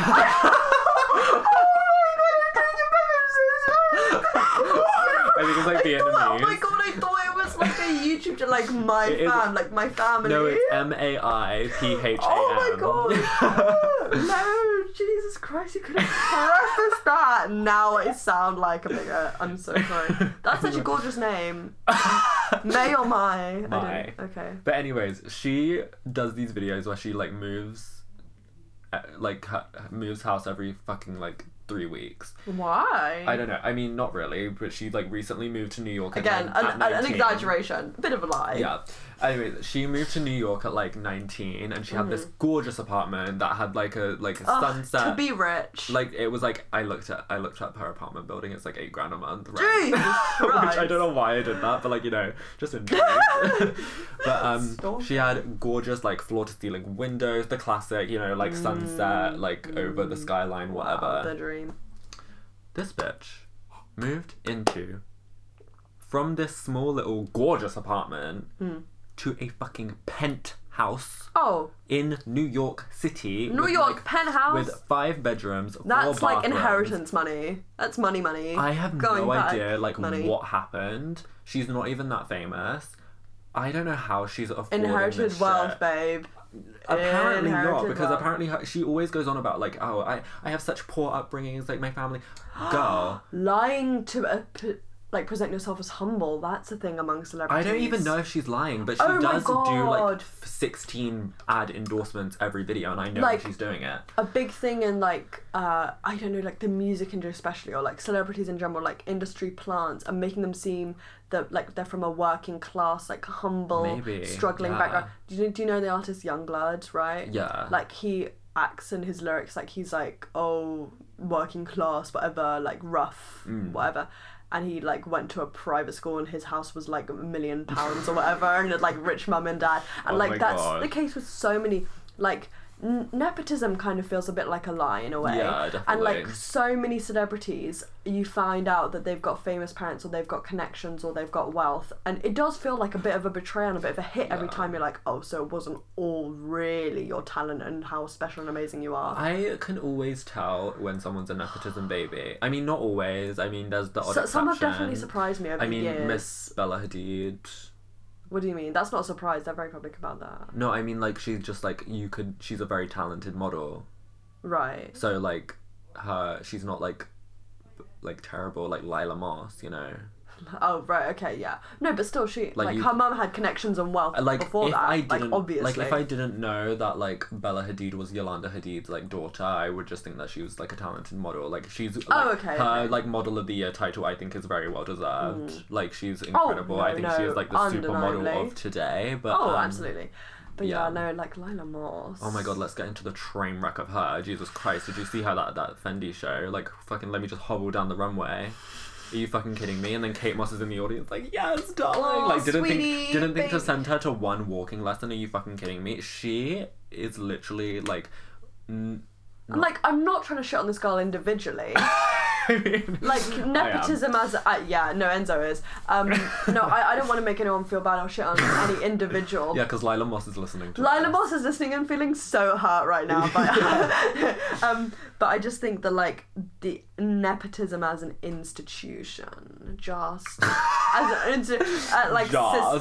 I think it's like I thought, oh my Vietnamese. god, I thought it was like a YouTube channel, like my It is- fam, like my family. no, it's M A I P H A N. Oh my god! no, Jesus Christ, you could have prefaced that. Now I sound like a bigot. I'm so sorry. That's such a gorgeous name. May or my? I My. don't, okay. But anyways, she does these videos where she like moves, uh, like ha- moves house every fucking like three weeks. Why? I don't know. I mean, not really, but she like recently moved to New York and Again, then an, at an, an 19 exaggeration, bit of a lie. Yeah. Anyways, she moved to New York at like 19 and she had this gorgeous apartment that had like a like a Mm-hmm. Ugh, sunset. to be rich. like it was like I looked at I looked up her apartment building. It's like eight grand a month, right? Jesus Which I Christ. don't know why I did that, but like you know, just enjoy. but um, Stop. she had gorgeous like floor to ceiling windows, the classic, you know, like sunset, like over the skyline, whatever. Mm. Wow, the dream. This bitch moved into from this small little gorgeous apartment Hmm. to a fucking penthouse Oh, in New York City. New with, York like, penthouse. with five bedrooms. That's four like bathrooms. inheritance money. That's money, money. I have Going no back idea like money. what happened. She's not even that famous. I don't know how she's affording Inherited this wealth, shit. babe. Apparently not, Inherited because wealth. apparently her, she always goes on about like, oh, I, I have such poor upbringings, like my family. Girl, Lying to a, p- like present yourself as humble. That's a thing among I celebrities. don't even know if she's lying, but she Oh my does do like God. f- sixteen ad endorsements every video, and I know Like- she's doing it. A big thing in like uh, I don't know, like the music industry especially, or like celebrities in general, like industry plants, and making them seem that like they're from a working class, like humble, Maybe, struggling yeah. background. Do you, do you know the artist Youngblood, right? Yeah. like he acts in his lyrics like he's like oh working class whatever like rough Mm. whatever and he like went to a private school and his house was like a million pounds or whatever and had like rich mum and dad and Oh my like that's God. the case with so many like n- nepotism kind of feels a bit like a lie in a way. Yeah, And definitely. like so many celebrities, you find out that they've got famous parents or they've got connections or they've got wealth, and it does feel like a bit of a betrayal and a bit of a hit every Yeah. time you're like, oh, so it wasn't all really your talent and how special and amazing you are. I can always tell when someone's a nepotism baby. I mean, not always. I mean, there's the odd So, some have exception. definitely surprised me over I mean, the years. Miss Bella Hadid. What do you mean? That's not a surprise. They're very public about that. No, I mean like she's just like you could. She's a very talented model. Right. So like, her she's not like, like terrible like Lila Moss. You know, Oh, right. Okay. Yeah. No, but still, she like, Like you- her mum had connections and wealth like before if that. I didn't like obviously. like if I didn't know that like Bella Hadid was Yolanda Hadid's like daughter, I would just think that she was like a talented model. Like she's like, Oh, okay, her okay. like model of the year title I think is very well deserved. Like she's Oh, incredible. I no, think she is no, like the supermodel undeniably. of today. But oh, um, absolutely. But yeah. yeah. no, like Lila Moss. Oh my god, let's get into the train wreck of her. Jesus Christ, did you see her that that Fendi show? Like fucking let me just hobble down the runway. Are you fucking kidding me? And then Kate Moss is in the audience like, yes, darling. Aw, like didn't sweetie, think didn't think to baby. send her to one walking lesson. Are you fucking kidding me? She is literally like n- Like I'm not trying to shit on this girl individually. I mean, like I am. nepotism as uh, yeah, no Enzo is. Um, no, I, I don't want to make anyone feel bad or shit on any individual. Yeah, because Lila Moss is listening to Lila this. Moss is listening and feeling so hurt right now. But, um, but I just think that like the nepotism as an institution, just as an insti- uh, like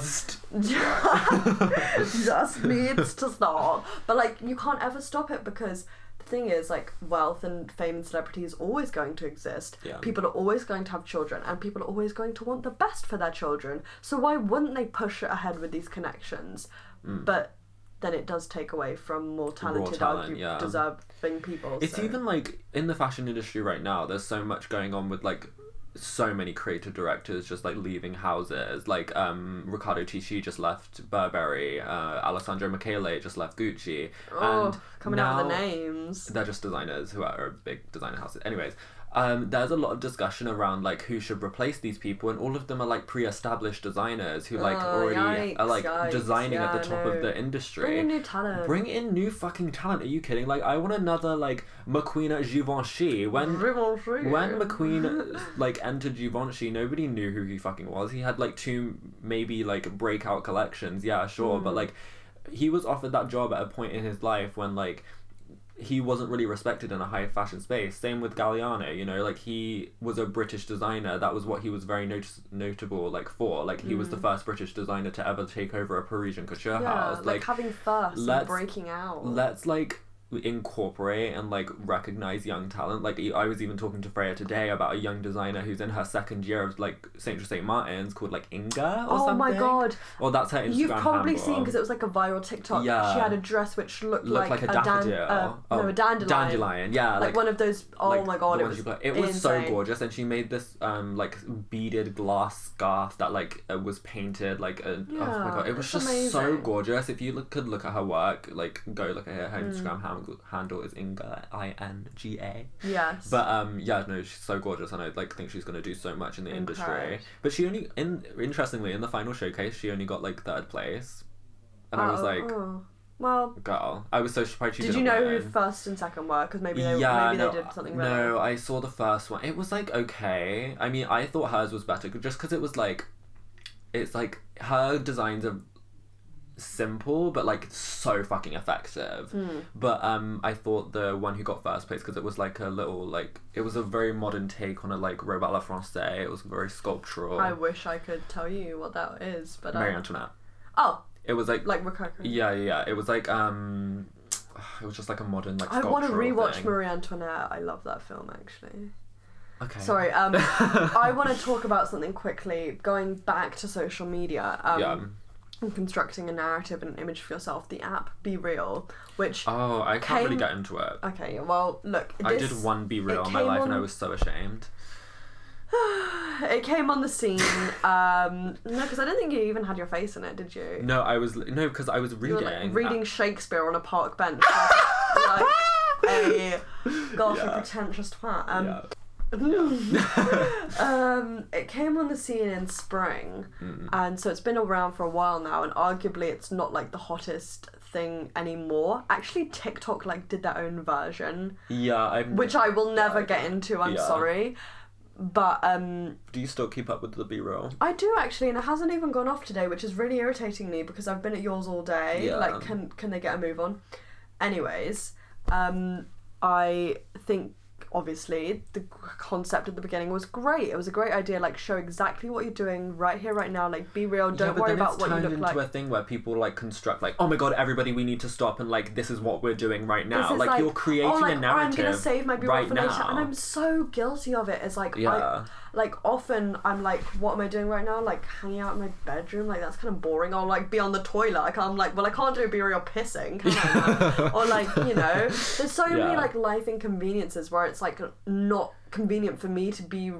sis- Just. just needs to stop. But like you can't ever stop it because. the Thing is, like wealth and fame and celebrity is always going to exist. Yeah. People are always going to have children, and people are always going to want the best for their children. So why wouldn't they push it ahead with these connections? Mm. But then it does take away from more talented, talent, argu- yeah. deserving people. It's so- even like in the fashion industry right now, there's so much going on with like so many creative directors just like leaving houses. Like um Riccardo Tisci just left Burberry, uh Alessandro Michele just left Gucci. oh, and coming out with now the names. They're just designers who are, are big designer houses. Anyways, um, there's a lot of discussion around like who should replace these people, and all of them are like pre-established designers who like Oh, already are yikes, like yikes, designing at yeah, the top no. of the industry. Bring in new talent. Bring in new fucking talent. Are you kidding? Like, I want another like McQueen at Givenchy. When Givenchy. when McQueen like entered Givenchy, nobody knew who he fucking was. He had like two maybe like breakout collections. Yeah, sure, Hmm. but like he was offered that job at a point in his life when like he wasn't really respected in a high fashion space. Same with Galliano, you know, like he was a British designer. That was what he was very notice- notable like for. Like he was the first British designer to ever take over a Parisian couture Hmm. yeah, house. like, having first and let's- breaking out. let's like incorporate and like recognize young talent like e- i was even talking to freya today about a young designer who's in her second year of like st st martin's called like inga or oh something my god. or that's her instagram You've probably handle. seen because it was like a viral TikTok. Yeah. She had a dress which looked, looked like, a daffodil Dan- uh, Oh, no, a dandelion. dandelion yeah Like, like, one of those. Oh like, my god, the it one was, she put- it was so insane. gorgeous and she made this um like beaded glass scarf that like uh, was painted like a, oh Yeah, my god it was it's just so amazing. gorgeous if you look, could look at her work like go look at her, Mm. her instagram handle, handle is inga i-n-g-a Yes. But um, yeah, no, she's so gorgeous, and I like think she's gonna do so much in the industry. Incredible. But she only, in interestingly, in the final showcase, she only got like third place, and I was Oh, like, oh. Well, girl, I was so surprised she did you didn't know win. who first and second were? Because maybe they yeah, maybe no, they did something wrong. no, I saw the first one. It was like okay. I mean, I thought hers was better just because it was like, it's like her designs are simple but like so fucking effective. Hmm. But um, I thought the one who got first place because it was like a little like it was a very modern take on a like robot à la française. It was very sculptural. I wish I could tell you what that is, but Marie um, Antoinette. oh, It was like, like Rococo. yeah, yeah, yeah. It was like um, it was just like a modern like. I want to sculptural rewatch thing. Marie Antoinette. I love that film actually. Okay. Sorry, um, I want to talk about something quickly. Going back to social media, um, Yeah. and constructing a narrative and an image for yourself. The app Be Real, which Oh, I can't really Came- get into it. okay, well, look, I this- did one be real it in my came life, and I on- was so ashamed. It came on the scene. Um, no, because I don't think you even had your face in it, did you? No, I was no because I was You reading. were like reading Shakespeare on a park bench, like a gosh, a Yeah. pretentious twat. Um, Yeah. um, it came on the scene in spring, and so it's been around for a while now, and arguably it's not like the hottest thing anymore. Actually, TikTok like did their own version, Yeah, I'm. which I will never get into. I'm Yeah. sorry, but um, Do you still keep up with the B roll? I do actually, and it hasn't even gone off today, which is really irritating me because I've been at yours all day. Yeah. Like, can can they get a move on? Anyways, um, I think obviously the concept at the beginning was great. It was a great idea. Like, show exactly what you're doing right here, right now. Like, be real. Don't worry about what you turned look into like. a thing where people like construct like, oh my god, everybody, we need to stop and like this is what we're doing right This now. is Like, you're creating oh, like, a I'm narrative gonna save my beautiful right for later, now. and I'm so guilty of it. It's like I, yeah, like often I'm like, what am I doing right now? Like hanging out in my bedroom, like that's kind of boring. Or like be on the toilet. I can't, I'm like, well, I can't do a beer or pissing, can I? or like you know, there's so many Yeah. like life inconveniences where it's like not convenient for me to be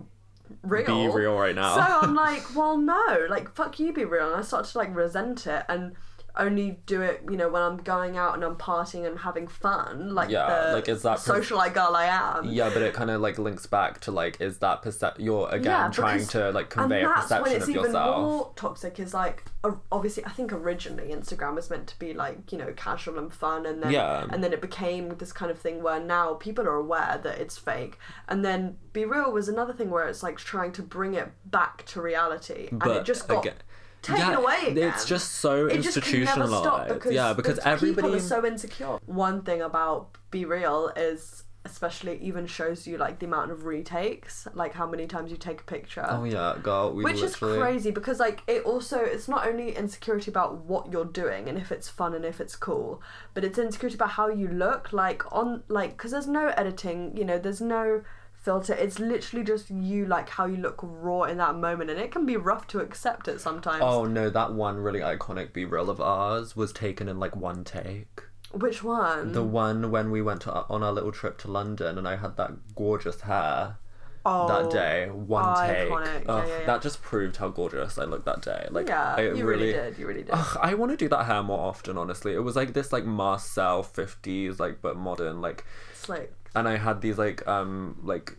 real. be real right now. So I'm like, well, no, like fuck you, be real. And I start to like resent it and only do it, you know, when I'm going out and I'm partying and having fun, like Yeah, the like, is that pers- socialite girl I am. yeah, but it kind of like links back to like, is that percep? You're again Yeah, trying because- to like and convey a that's when perception it's of even yourself. more toxic. Is like o- obviously, I think originally Instagram was meant to be like you know casual and fun, and then Yeah. and then it became this kind of thing where now people are aware that it's fake, and then Be Real was another thing where it's like trying to bring it back to reality, and it just got again- taken Yeah, away again. It's just so it just can never institutionalized. stop because yeah, because the people everybody are so insecure. One thing about Be Real is especially even shows you like the amount of retakes, like how many times you take a picture Oh yeah, girl, we which is literally crazy because like it also it's not only insecurity about what you're doing and if it's fun and if it's cool but it's insecurity about how you look like on like because there's no editing you know there's no filter it's literally just you like how you look raw in that moment and it can be rough to accept it sometimes Oh no, that one really iconic B reel of ours was taken in like one take. which one The one when we went to, uh, on our little trip to London and I had that gorgeous hair oh that day. One iconic. take. Yeah, Ugh, yeah, yeah. That just proved how gorgeous I looked that day. Like Oh. yeah I you really, did you really did Ugh, I want to do that hair more often, honestly. It was like this like Marcel 50s like but modern like it's like and I had these like um like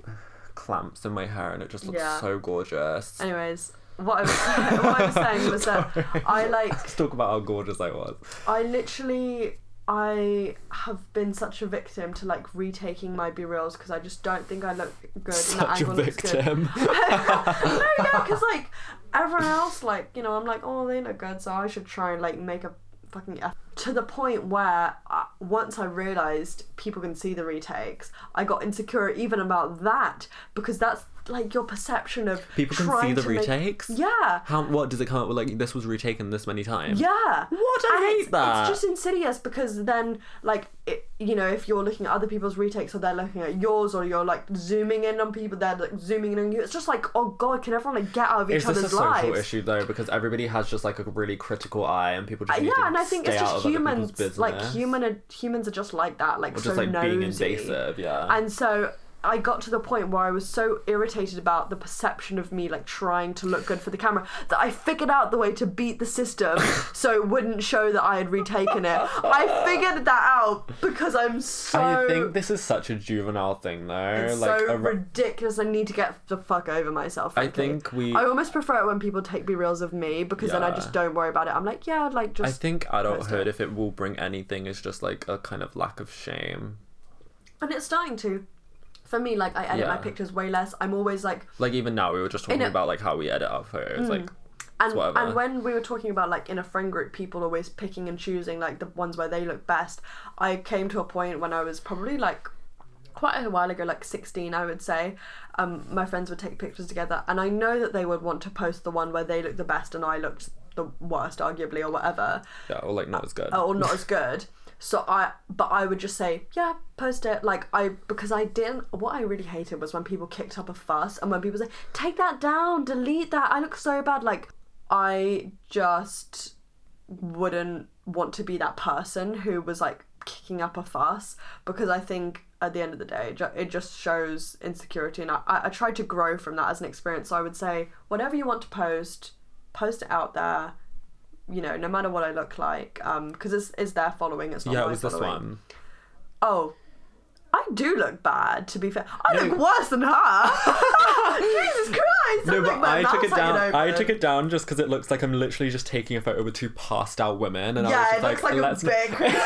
clamps in my hair and it just looked Yeah. so gorgeous. anyways what I was, what I was saying was that I like Let's talk about how gorgeous I was. I literally I have been such a victim to like retaking my B reels because I just don't think I look good. and that Such a angle looks good. victim. no, yeah, because like everyone else, like you know, I'm like, oh, they look good, so I should try and like make a fucking effort. To the point where uh, once I realized people can see the retakes, I got insecure even about that because that's like your perception of People can see trying the to make- retakes. Yeah. How? What does it come up with? Like this was retaken this many times. Yeah. What? I And hate it's, that. It's just insidious because then, like, it, you know, if you're looking at other people's retakes or they're looking at yours or you're like zooming in on people, they're like zooming in on you. It's just like, oh god, can everyone like get out of each Is this a other's social lives? issue though? Because everybody has just like a really critical eye, and people just Uh, need to yeah, and I think it's stay out just of other people's humans. Like business. human are, humans are just like that, like or so just like nosy. being invasive. Yeah. And so I got to the point where I was so irritated about the perception of me like trying to look good for the camera that I figured out the way to beat the system so it wouldn't show that I had retaken it. I figured that out because I'm so I think this is such a juvenile thing though. it's like so a re- ridiculous. I need to get the fuck over myself. I frankly. think we- I almost prefer it when people take be reels of me because then I Yeah. just don't worry about it. I'm like, yeah, like I just. think adulthood, Understand. if it will bring anything, is just like a kind of lack of shame. and it's starting to. For me, like I edit my Yeah. pictures way less. I'm always like Like even now, we were just talking know- about like how we edit our Hmm. photos. Like and whatever. and when we were talking about like in a friend group people always picking and choosing like the ones where they look best i came to a point when i was probably like quite a while ago like 16 i would say um, my friends would take pictures together and i know that they would want to post the one where they looked the best and i looked the worst arguably or whatever yeah, or like not as good. or Oh, not as good. So I, but I would just say, yeah, post it. Like I, because I didn't. What I really hated was when people kicked up a fuss and when people say, take that down, delete that. I look so bad. Like I just wouldn't want to be that person who was like kicking up a fuss because I think at the end of the day it ju- it just shows insecurity and I, I I tried to grow from that as an experience so I would say whatever you want to post post it out there you know no matter what I look like um because it's, it's their following it's not yeah, my it was this following one. oh I do look bad, to be fair. I No. look worse than her. Jesus Christ! No, I'm like, but my I took it mouth's like an down. I open. took it down just because it looks like I'm literally just taking a photo with two passed out women, and I was Yeah, just it looks like, let's a big.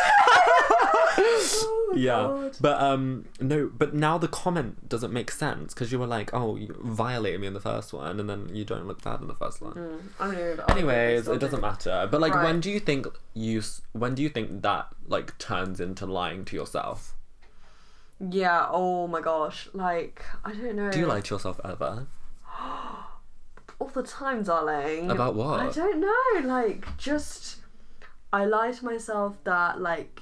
Oh my yeah God. but um no but now the comment doesn't make sense because you were like oh you violated me in the first one and then you don't look bad in the first one I'm gonna go anyways it doesn't matter but like when Right. do you think you s- when do you think that like turns into lying to yourself Yeah. Oh my gosh. Like I don't know. do you lie to yourself ever all the time, darling? About what? I don't know. Like just, I lie to myself that like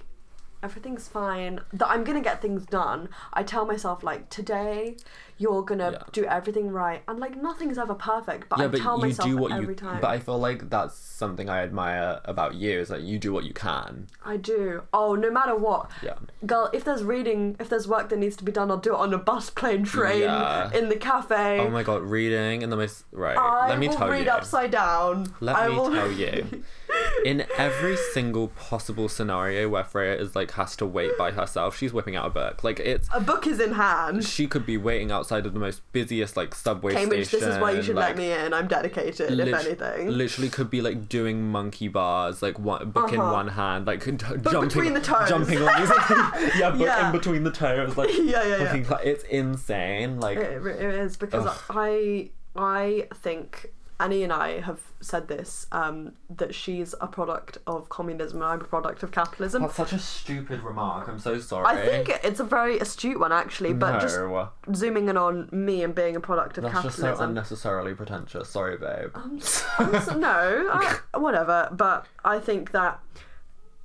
everything's fine. That I'm gonna get things done. I tell myself like today you're gonna Yeah. do everything right, and like nothing's ever perfect. But yeah I but tell you myself do what you every time. but i feel like that's something i admire about you is that you do what you can I do. Oh, no matter what. yeah Girl, if there's reading, if there's work that needs to be done, I'll do it on a bus, plane, train, Yeah. in the cafe. oh my god reading and the most right I let me will tell read you upside down. Let I me will... tell you. In every single possible scenario where Freya is like has to wait by herself, she's whipping out a book. Like it's A book is in hand. she could be waiting outside of the most busiest like subway Cambridge, station. this is why you should like, let me in. I'm dedicated, lit- if anything. Literally could be like doing monkey bars, like one book in Uh-huh. one hand, like d- jumping between the toes. jumping on these. yeah, book Yeah. in between the toes, like Yeah, yeah, yeah. fucking cla- it's insane. Like It, it is because I I think Annie and I have said this um, that she's a product of communism and I'm a product of capitalism. that's such a stupid remark. I'm so sorry. I think it's a very astute one actually, but no. just zooming in on me and being a product of That's just capitalism. so unnecessarily pretentious. Sorry, babe. So, no, I, whatever. But I think that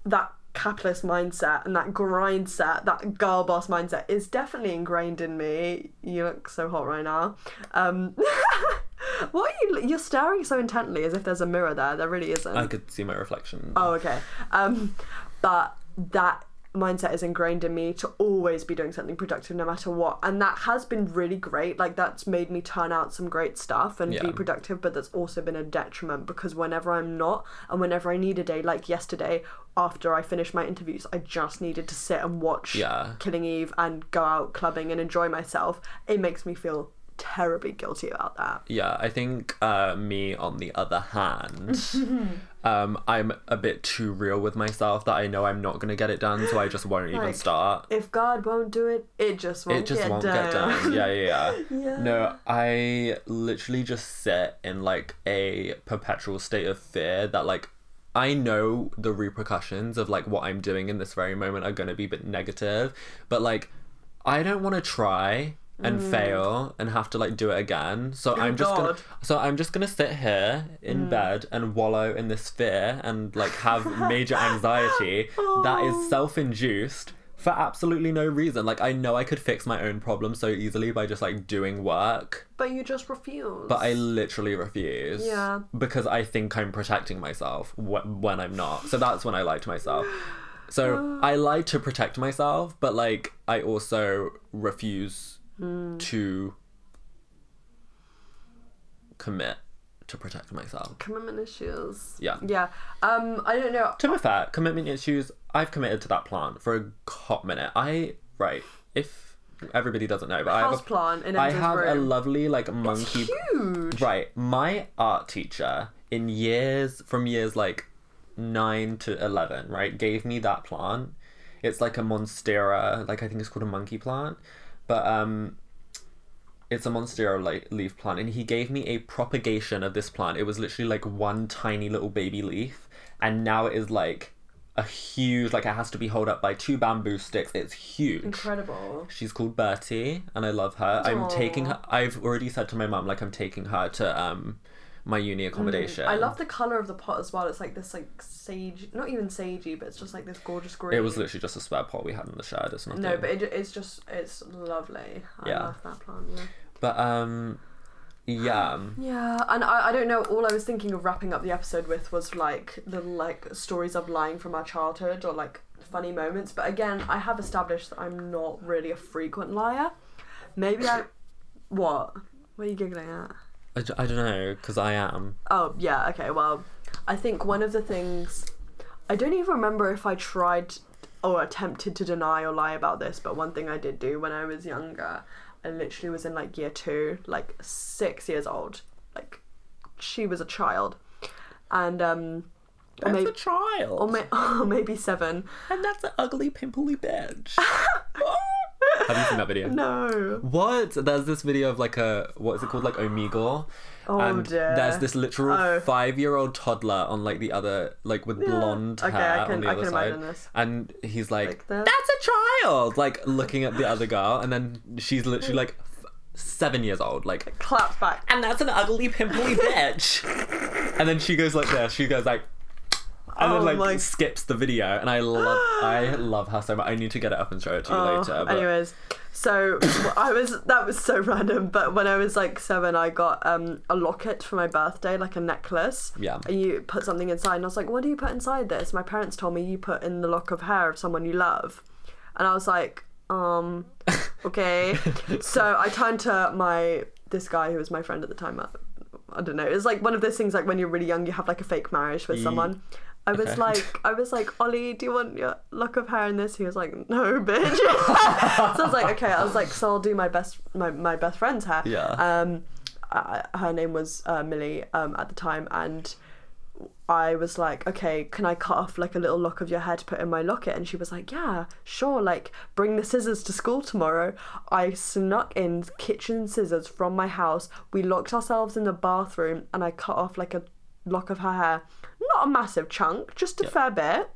that capitalist mindset and that grind set, that girl boss mindset, is definitely ingrained in me. You look so hot right now. Um, what are you? You're staring so intently as if there's a mirror there. There really isn't. I could see my reflection. Oh, okay. Um, but that mindset is ingrained in me to always be doing something productive no matter what and that has been really great like that's made me turn out some great stuff and Yeah. be productive but that's also been a detriment because whenever i'm not and whenever i need a day like yesterday after i finished my interviews i just needed to sit and watch Yeah. killing eve and go out clubbing and enjoy myself it makes me feel terribly guilty about that Yeah, I think uh, me, on the other hand, um, I'm a bit too real with myself that I know I'm not going to get it done, so I just won't even Like, start. if god won't do it it just won't, It just Oh, get, won't done. get done. Yeah, yeah, yeah. Yeah. No, I literally just sit in like a perpetual state of fear that like I know the repercussions of like what I'm doing in this very moment are gonna be bit negative, but like I don't want to try and fail and have to like do it again. So I'm just gonna Mm. Oh God. so I'm just gonna sit here in bed and wallow in this fear and like have major anxiety that is self-induced for absolutely no reason. Like I know I could fix my own problem so easily by just like doing work, But you just refuse. but I literally refuse. Yeah. Because I think I'm protecting myself wh- when I'm not. So that's when I lie to myself. So I lie to protect myself, but like I also refuse Hmm. to commit to protect myself. commitment issues. Yeah. Yeah. Um, I don't know. To be fair, commitment issues, I've committed to that plant for a hot minute. I, right, if everybody doesn't know, but I have, a, Houseplant in I Emma's have a room. lovely, like, monkey. Huge. Right, my art teacher in years, from years like 9 to 11, right, gave me that plant. It's like a monstera, like I think it's called a monkey plant, but um it's a monstera like leaf plant and he gave me a propagation of this plant. It was literally like one tiny little baby leaf and now it is like a huge like it has to be held up by two bamboo sticks. It's huge. Incredible. She's called Bertie, and I love her. I'm taking Aw. her. I've already said to my mum like I'm taking her to um my uni accommodation. Mm, I love the color of the pot as well. It's like this, like sage, not even sagey, but it's just like this gorgeous green. It was literally just a spare pot we had in the shed. It's nothing. no, but it, it's just it's lovely. I Yeah. love that plant. Yeah. But, um, yeah. Yeah, and I, I don't know. All I was thinking of wrapping up the episode with was like the like stories of lying from our childhood or like funny moments. But again, I have established that I'm not really a frequent liar. Maybe I. What? What are you giggling at? I, d- I don't know because I am. Oh yeah. Okay. Well, I think one of the things I don't even remember if I tried or attempted to deny or lie about this, but one thing I did do when I was younger, I literally was in like year two, like six years old. Like she was a child. And um or That's may- a child. or, may- or maybe seven. and that's an ugly, pimply bitch. Have you seen that video? No. What? There's this video of like a what is it called? Like Omegle. Oh and dear. there's this literal Oh. five-year-old toddler on like the other, like with blonde Okay, hair I can- on the I other can side, imagine this. and he's like, Like that? "That's a child!" Like looking at the other girl, and then she's literally like f- seven years old, like, clap back. and that's an ugly, pimply bitch. and then she goes like this. She goes like. And Oh then like my- skips the video, and I love I love her so much. I need to get it up and show it to you Oh, later. But Anyways, so I was that was so random, but when I was like seven, I got um a locket for my birthday, like a necklace. Yeah. And you put something inside, and I was like, "What do you put inside this?" My parents told me you put in the lock of hair of someone you love, and I was like, um, okay. so I turned to my this guy who was my friend at the time. I, I don't know. It's like one of those things like when you're really young, you have like a fake marriage with someone. I was Okay. like, I was like, Ollie, do you want your lock of hair in this? He was like, no, bitch. so I was like, okay. I was like, so I'll do my best, my, my best friend's hair. Yeah. Um, I, her name was uh, Millie um, at the time, and I was like, okay, can I cut off like a little lock of your hair to put in my locket? And she was like, yeah, sure. Like, bring the scissors to school tomorrow. I snuck in kitchen scissors from my house. We locked ourselves in the bathroom, and I cut off like a lock of her hair. Not a massive chunk, just a fair bit.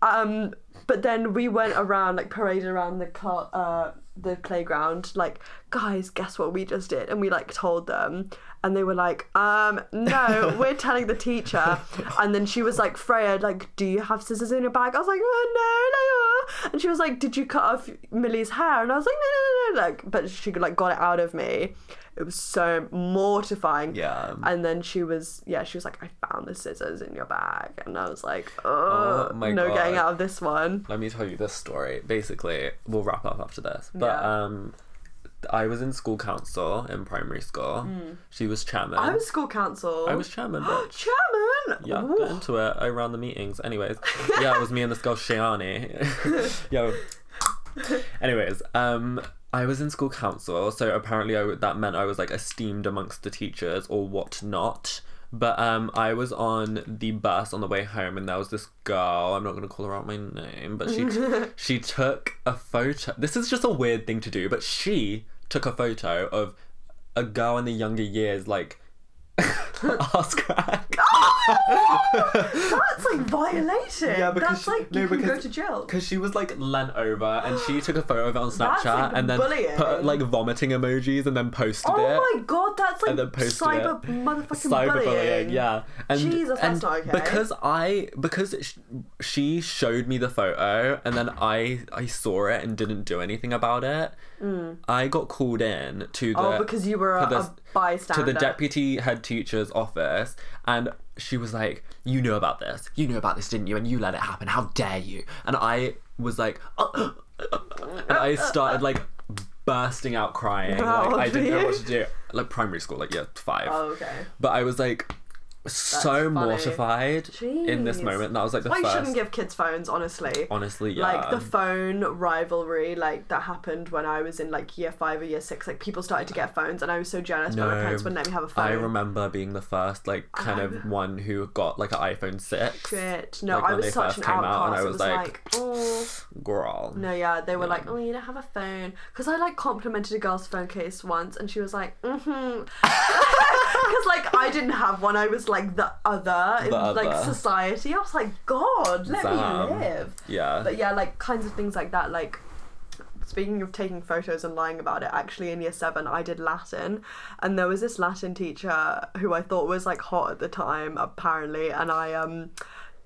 Um, but then we went around, like paraded around the car, uh, the playground, like guys, guess what we just did? And we like told them, and they were like, um, no, we're telling the teacher. And then she was like, Freya, like, do you have scissors in your bag? I was like, oh, no, no. And she was like, did you cut off Millie's hair? And I was like, no, no, no, no. Like, but she like got it out of me. It was so mortifying. Yeah. And then she was, yeah, she was like, I found the scissors in your bag. And I was like, Oh oh my no God. getting out of this one. let me tell you this story. Basically, we'll wrap up after this. But Yeah. um, I was in school council in primary school. She was chairman. Mm. I was school council. I was chairman, bitch. chairman. Yeah, Ooh. got into it. I ran the meetings. Anyways, yeah, it was me and this girl Shiani. Yo. Anyways, um, I was in school council, so apparently I w- that meant I was like esteemed amongst the teachers or whatnot. But um, I was on the bus on the way home, and there was this girl. I'm not gonna call her out my name, but she t- she took a photo. This is just a weird thing to do, but she took a photo of a girl in the younger years, like ass crack. That's like violating. Yeah, because That's she- like no, you can go because- to jail. Because she was like leant over and she took a photo of it on That's, like, Snapchat and then bullying. put like vomiting emojis and then posted Oh it. my god, that's like And then posted cyber it. motherfucking Cyberbullying, bullying. yeah. And, Jesus, that's and not okay. Because I, because sh- she showed me the photo and then I, I saw it and didn't do anything about it. I got called in to the Mm. Oh, because you were to a, the- a bystander. to the deputy head teacher's office and she was like you knew about this you knew about this didn't you and you let it happen how dare you and i was like and i started like bursting out crying How like i old didn't were know what you? to do like primary school like yeah five Oh, okay. but i was like so funny. mortified in this Jeez. moment and that was like the Why you first shouldn't give kids phones, honestly. honestly yeah Like the phone rivalry, like that happened when I was in like year five or year six. Like people started to get phones, and I was so jealous, but my No. parents wouldn't let me have a phone. Um, I remember being the first, like, kind of one who got like an iPhone six. Shit. No, Like, I when was they such first an came out, outcast. and I it was was like, like, oh. Girl. No, yeah, they were Yeah. like, oh, you don't have a phone. Because I like complimented a girl's phone case once, and she was like, mm hmm. Because like I didn't have one, I was like the other in The like other. society. I was like, God, let Damn. me live. Yeah. But yeah, like kinds of things like that. Like speaking of taking photos and lying about it, actually in year seven I did Latin, and there was this Latin teacher who I thought was like hot at the time, apparently, and I um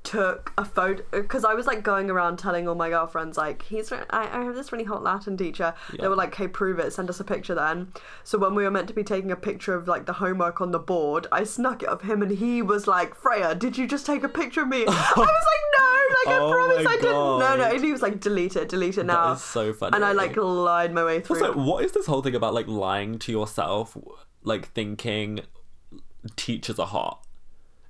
took a photo because I was like going around telling all my girlfriends like he's re- I, I have this really hot Latin teacher they were like hey prove it send us a picture then so when we were meant to be taking a picture of like the homework on the board I snuck it of him and he was like Freya did you just take a picture of me I was like no like I Oh promise my I didn't no no God. and he was like delete it delete it now That is so funny. and I like lied my way through Also, what is this whole thing about like lying to yourself, like thinking teachers are hot?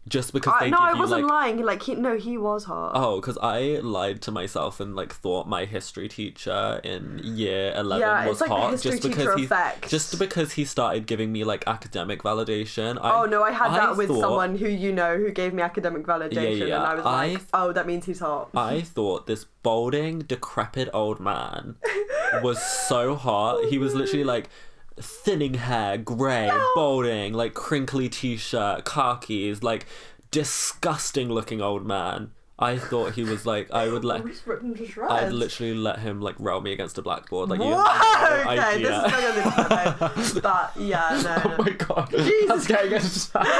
just because I, they no, give I you wasn't like lying. Like he, no, he was hot. Oh, because I lied to myself and like thought my history teacher in year eleven Yeah, was it's like the hot history just teacher because he effect. just because he started giving me like academic validation. I, Oh no, I had that with thought- someone who you know who gave me academic validation, yeah. and I was I- like, oh, that means he's hot. I thought this balding, decrepit old man was so hot. He was literally like thinning hair, grey, balding, like crinkly t-shirt, khakis, like disgusting looking old man. I thought he was like I would let We just ripped him Oh, to shreds. I'd literally let him like roll me against a blackboard. Like you Whoa! have no okay, this idea. is going on the video, but yeah, no. oh my god. Jesus That's getting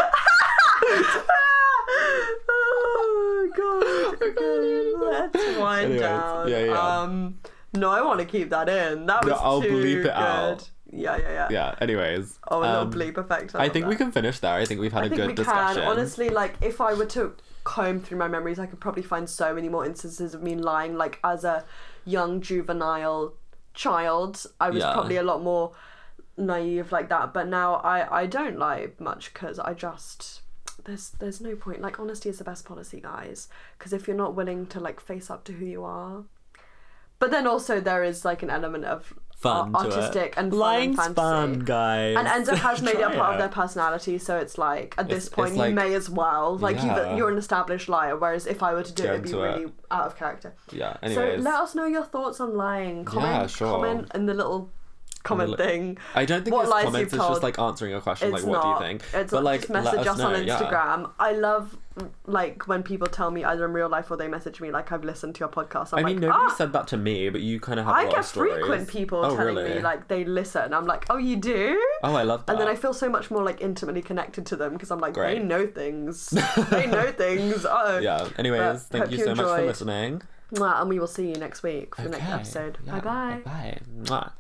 a oh god. Okay, let's wind Anyways, down. yeah, yeah. Um, no, I want to keep that in. That No, was I'll too bleep it good. out. Yeah, yeah, yeah. Yeah, anyways. Oh, a um, little bleep effect. I think love we that. can finish there. I think we've had I a think good we discussion. can. Honestly, like if I were to comb through my memories, I could probably find so many more instances of me lying. Like as a young juvenile child, I was Yeah. probably a lot more naive like that. But now I I don't lie much because I just. There's there's no point. Like honesty is the best policy, guys. Because if you're not willing to like face up to who you are, but then also there is like an element of fun ar- to it. artistic and Lying's fun and fantasy. fun, guys. And Enzo has made it a Try part of it. their personality, so it's like at this It's- point it's like- you may as well. Like Yeah. you've, you're an established liar, whereas if I were to do it, Get it'd be into it. really out of character. Yeah. Anyways, So let us know your thoughts on lying. Comment, sure. comment in the little comment li- thing. I don't think what this lies comments you've is just told. like answering a question It's like, "What not. do you think?" It's but like, just let message us, know. on yeah. Instagram. I love like when people tell me either in real life or they message me like I've listened to your podcast. I'm I mean, like, nobody ah, said that to me, but you kind of have. a I lot get of stories. frequent people oh, telling really? me like they listen. I'm like, oh, you do? Oh, I love that. And then I feel so much more like intimately connected to them because I'm like, Great. they know things. they know things. Oh. yeah. Anyways, thank hope you you so much for enjoyed. listening. Mwah, And we will see you next week for the next Okay. episode. Yeah, bye bye. Bye bye.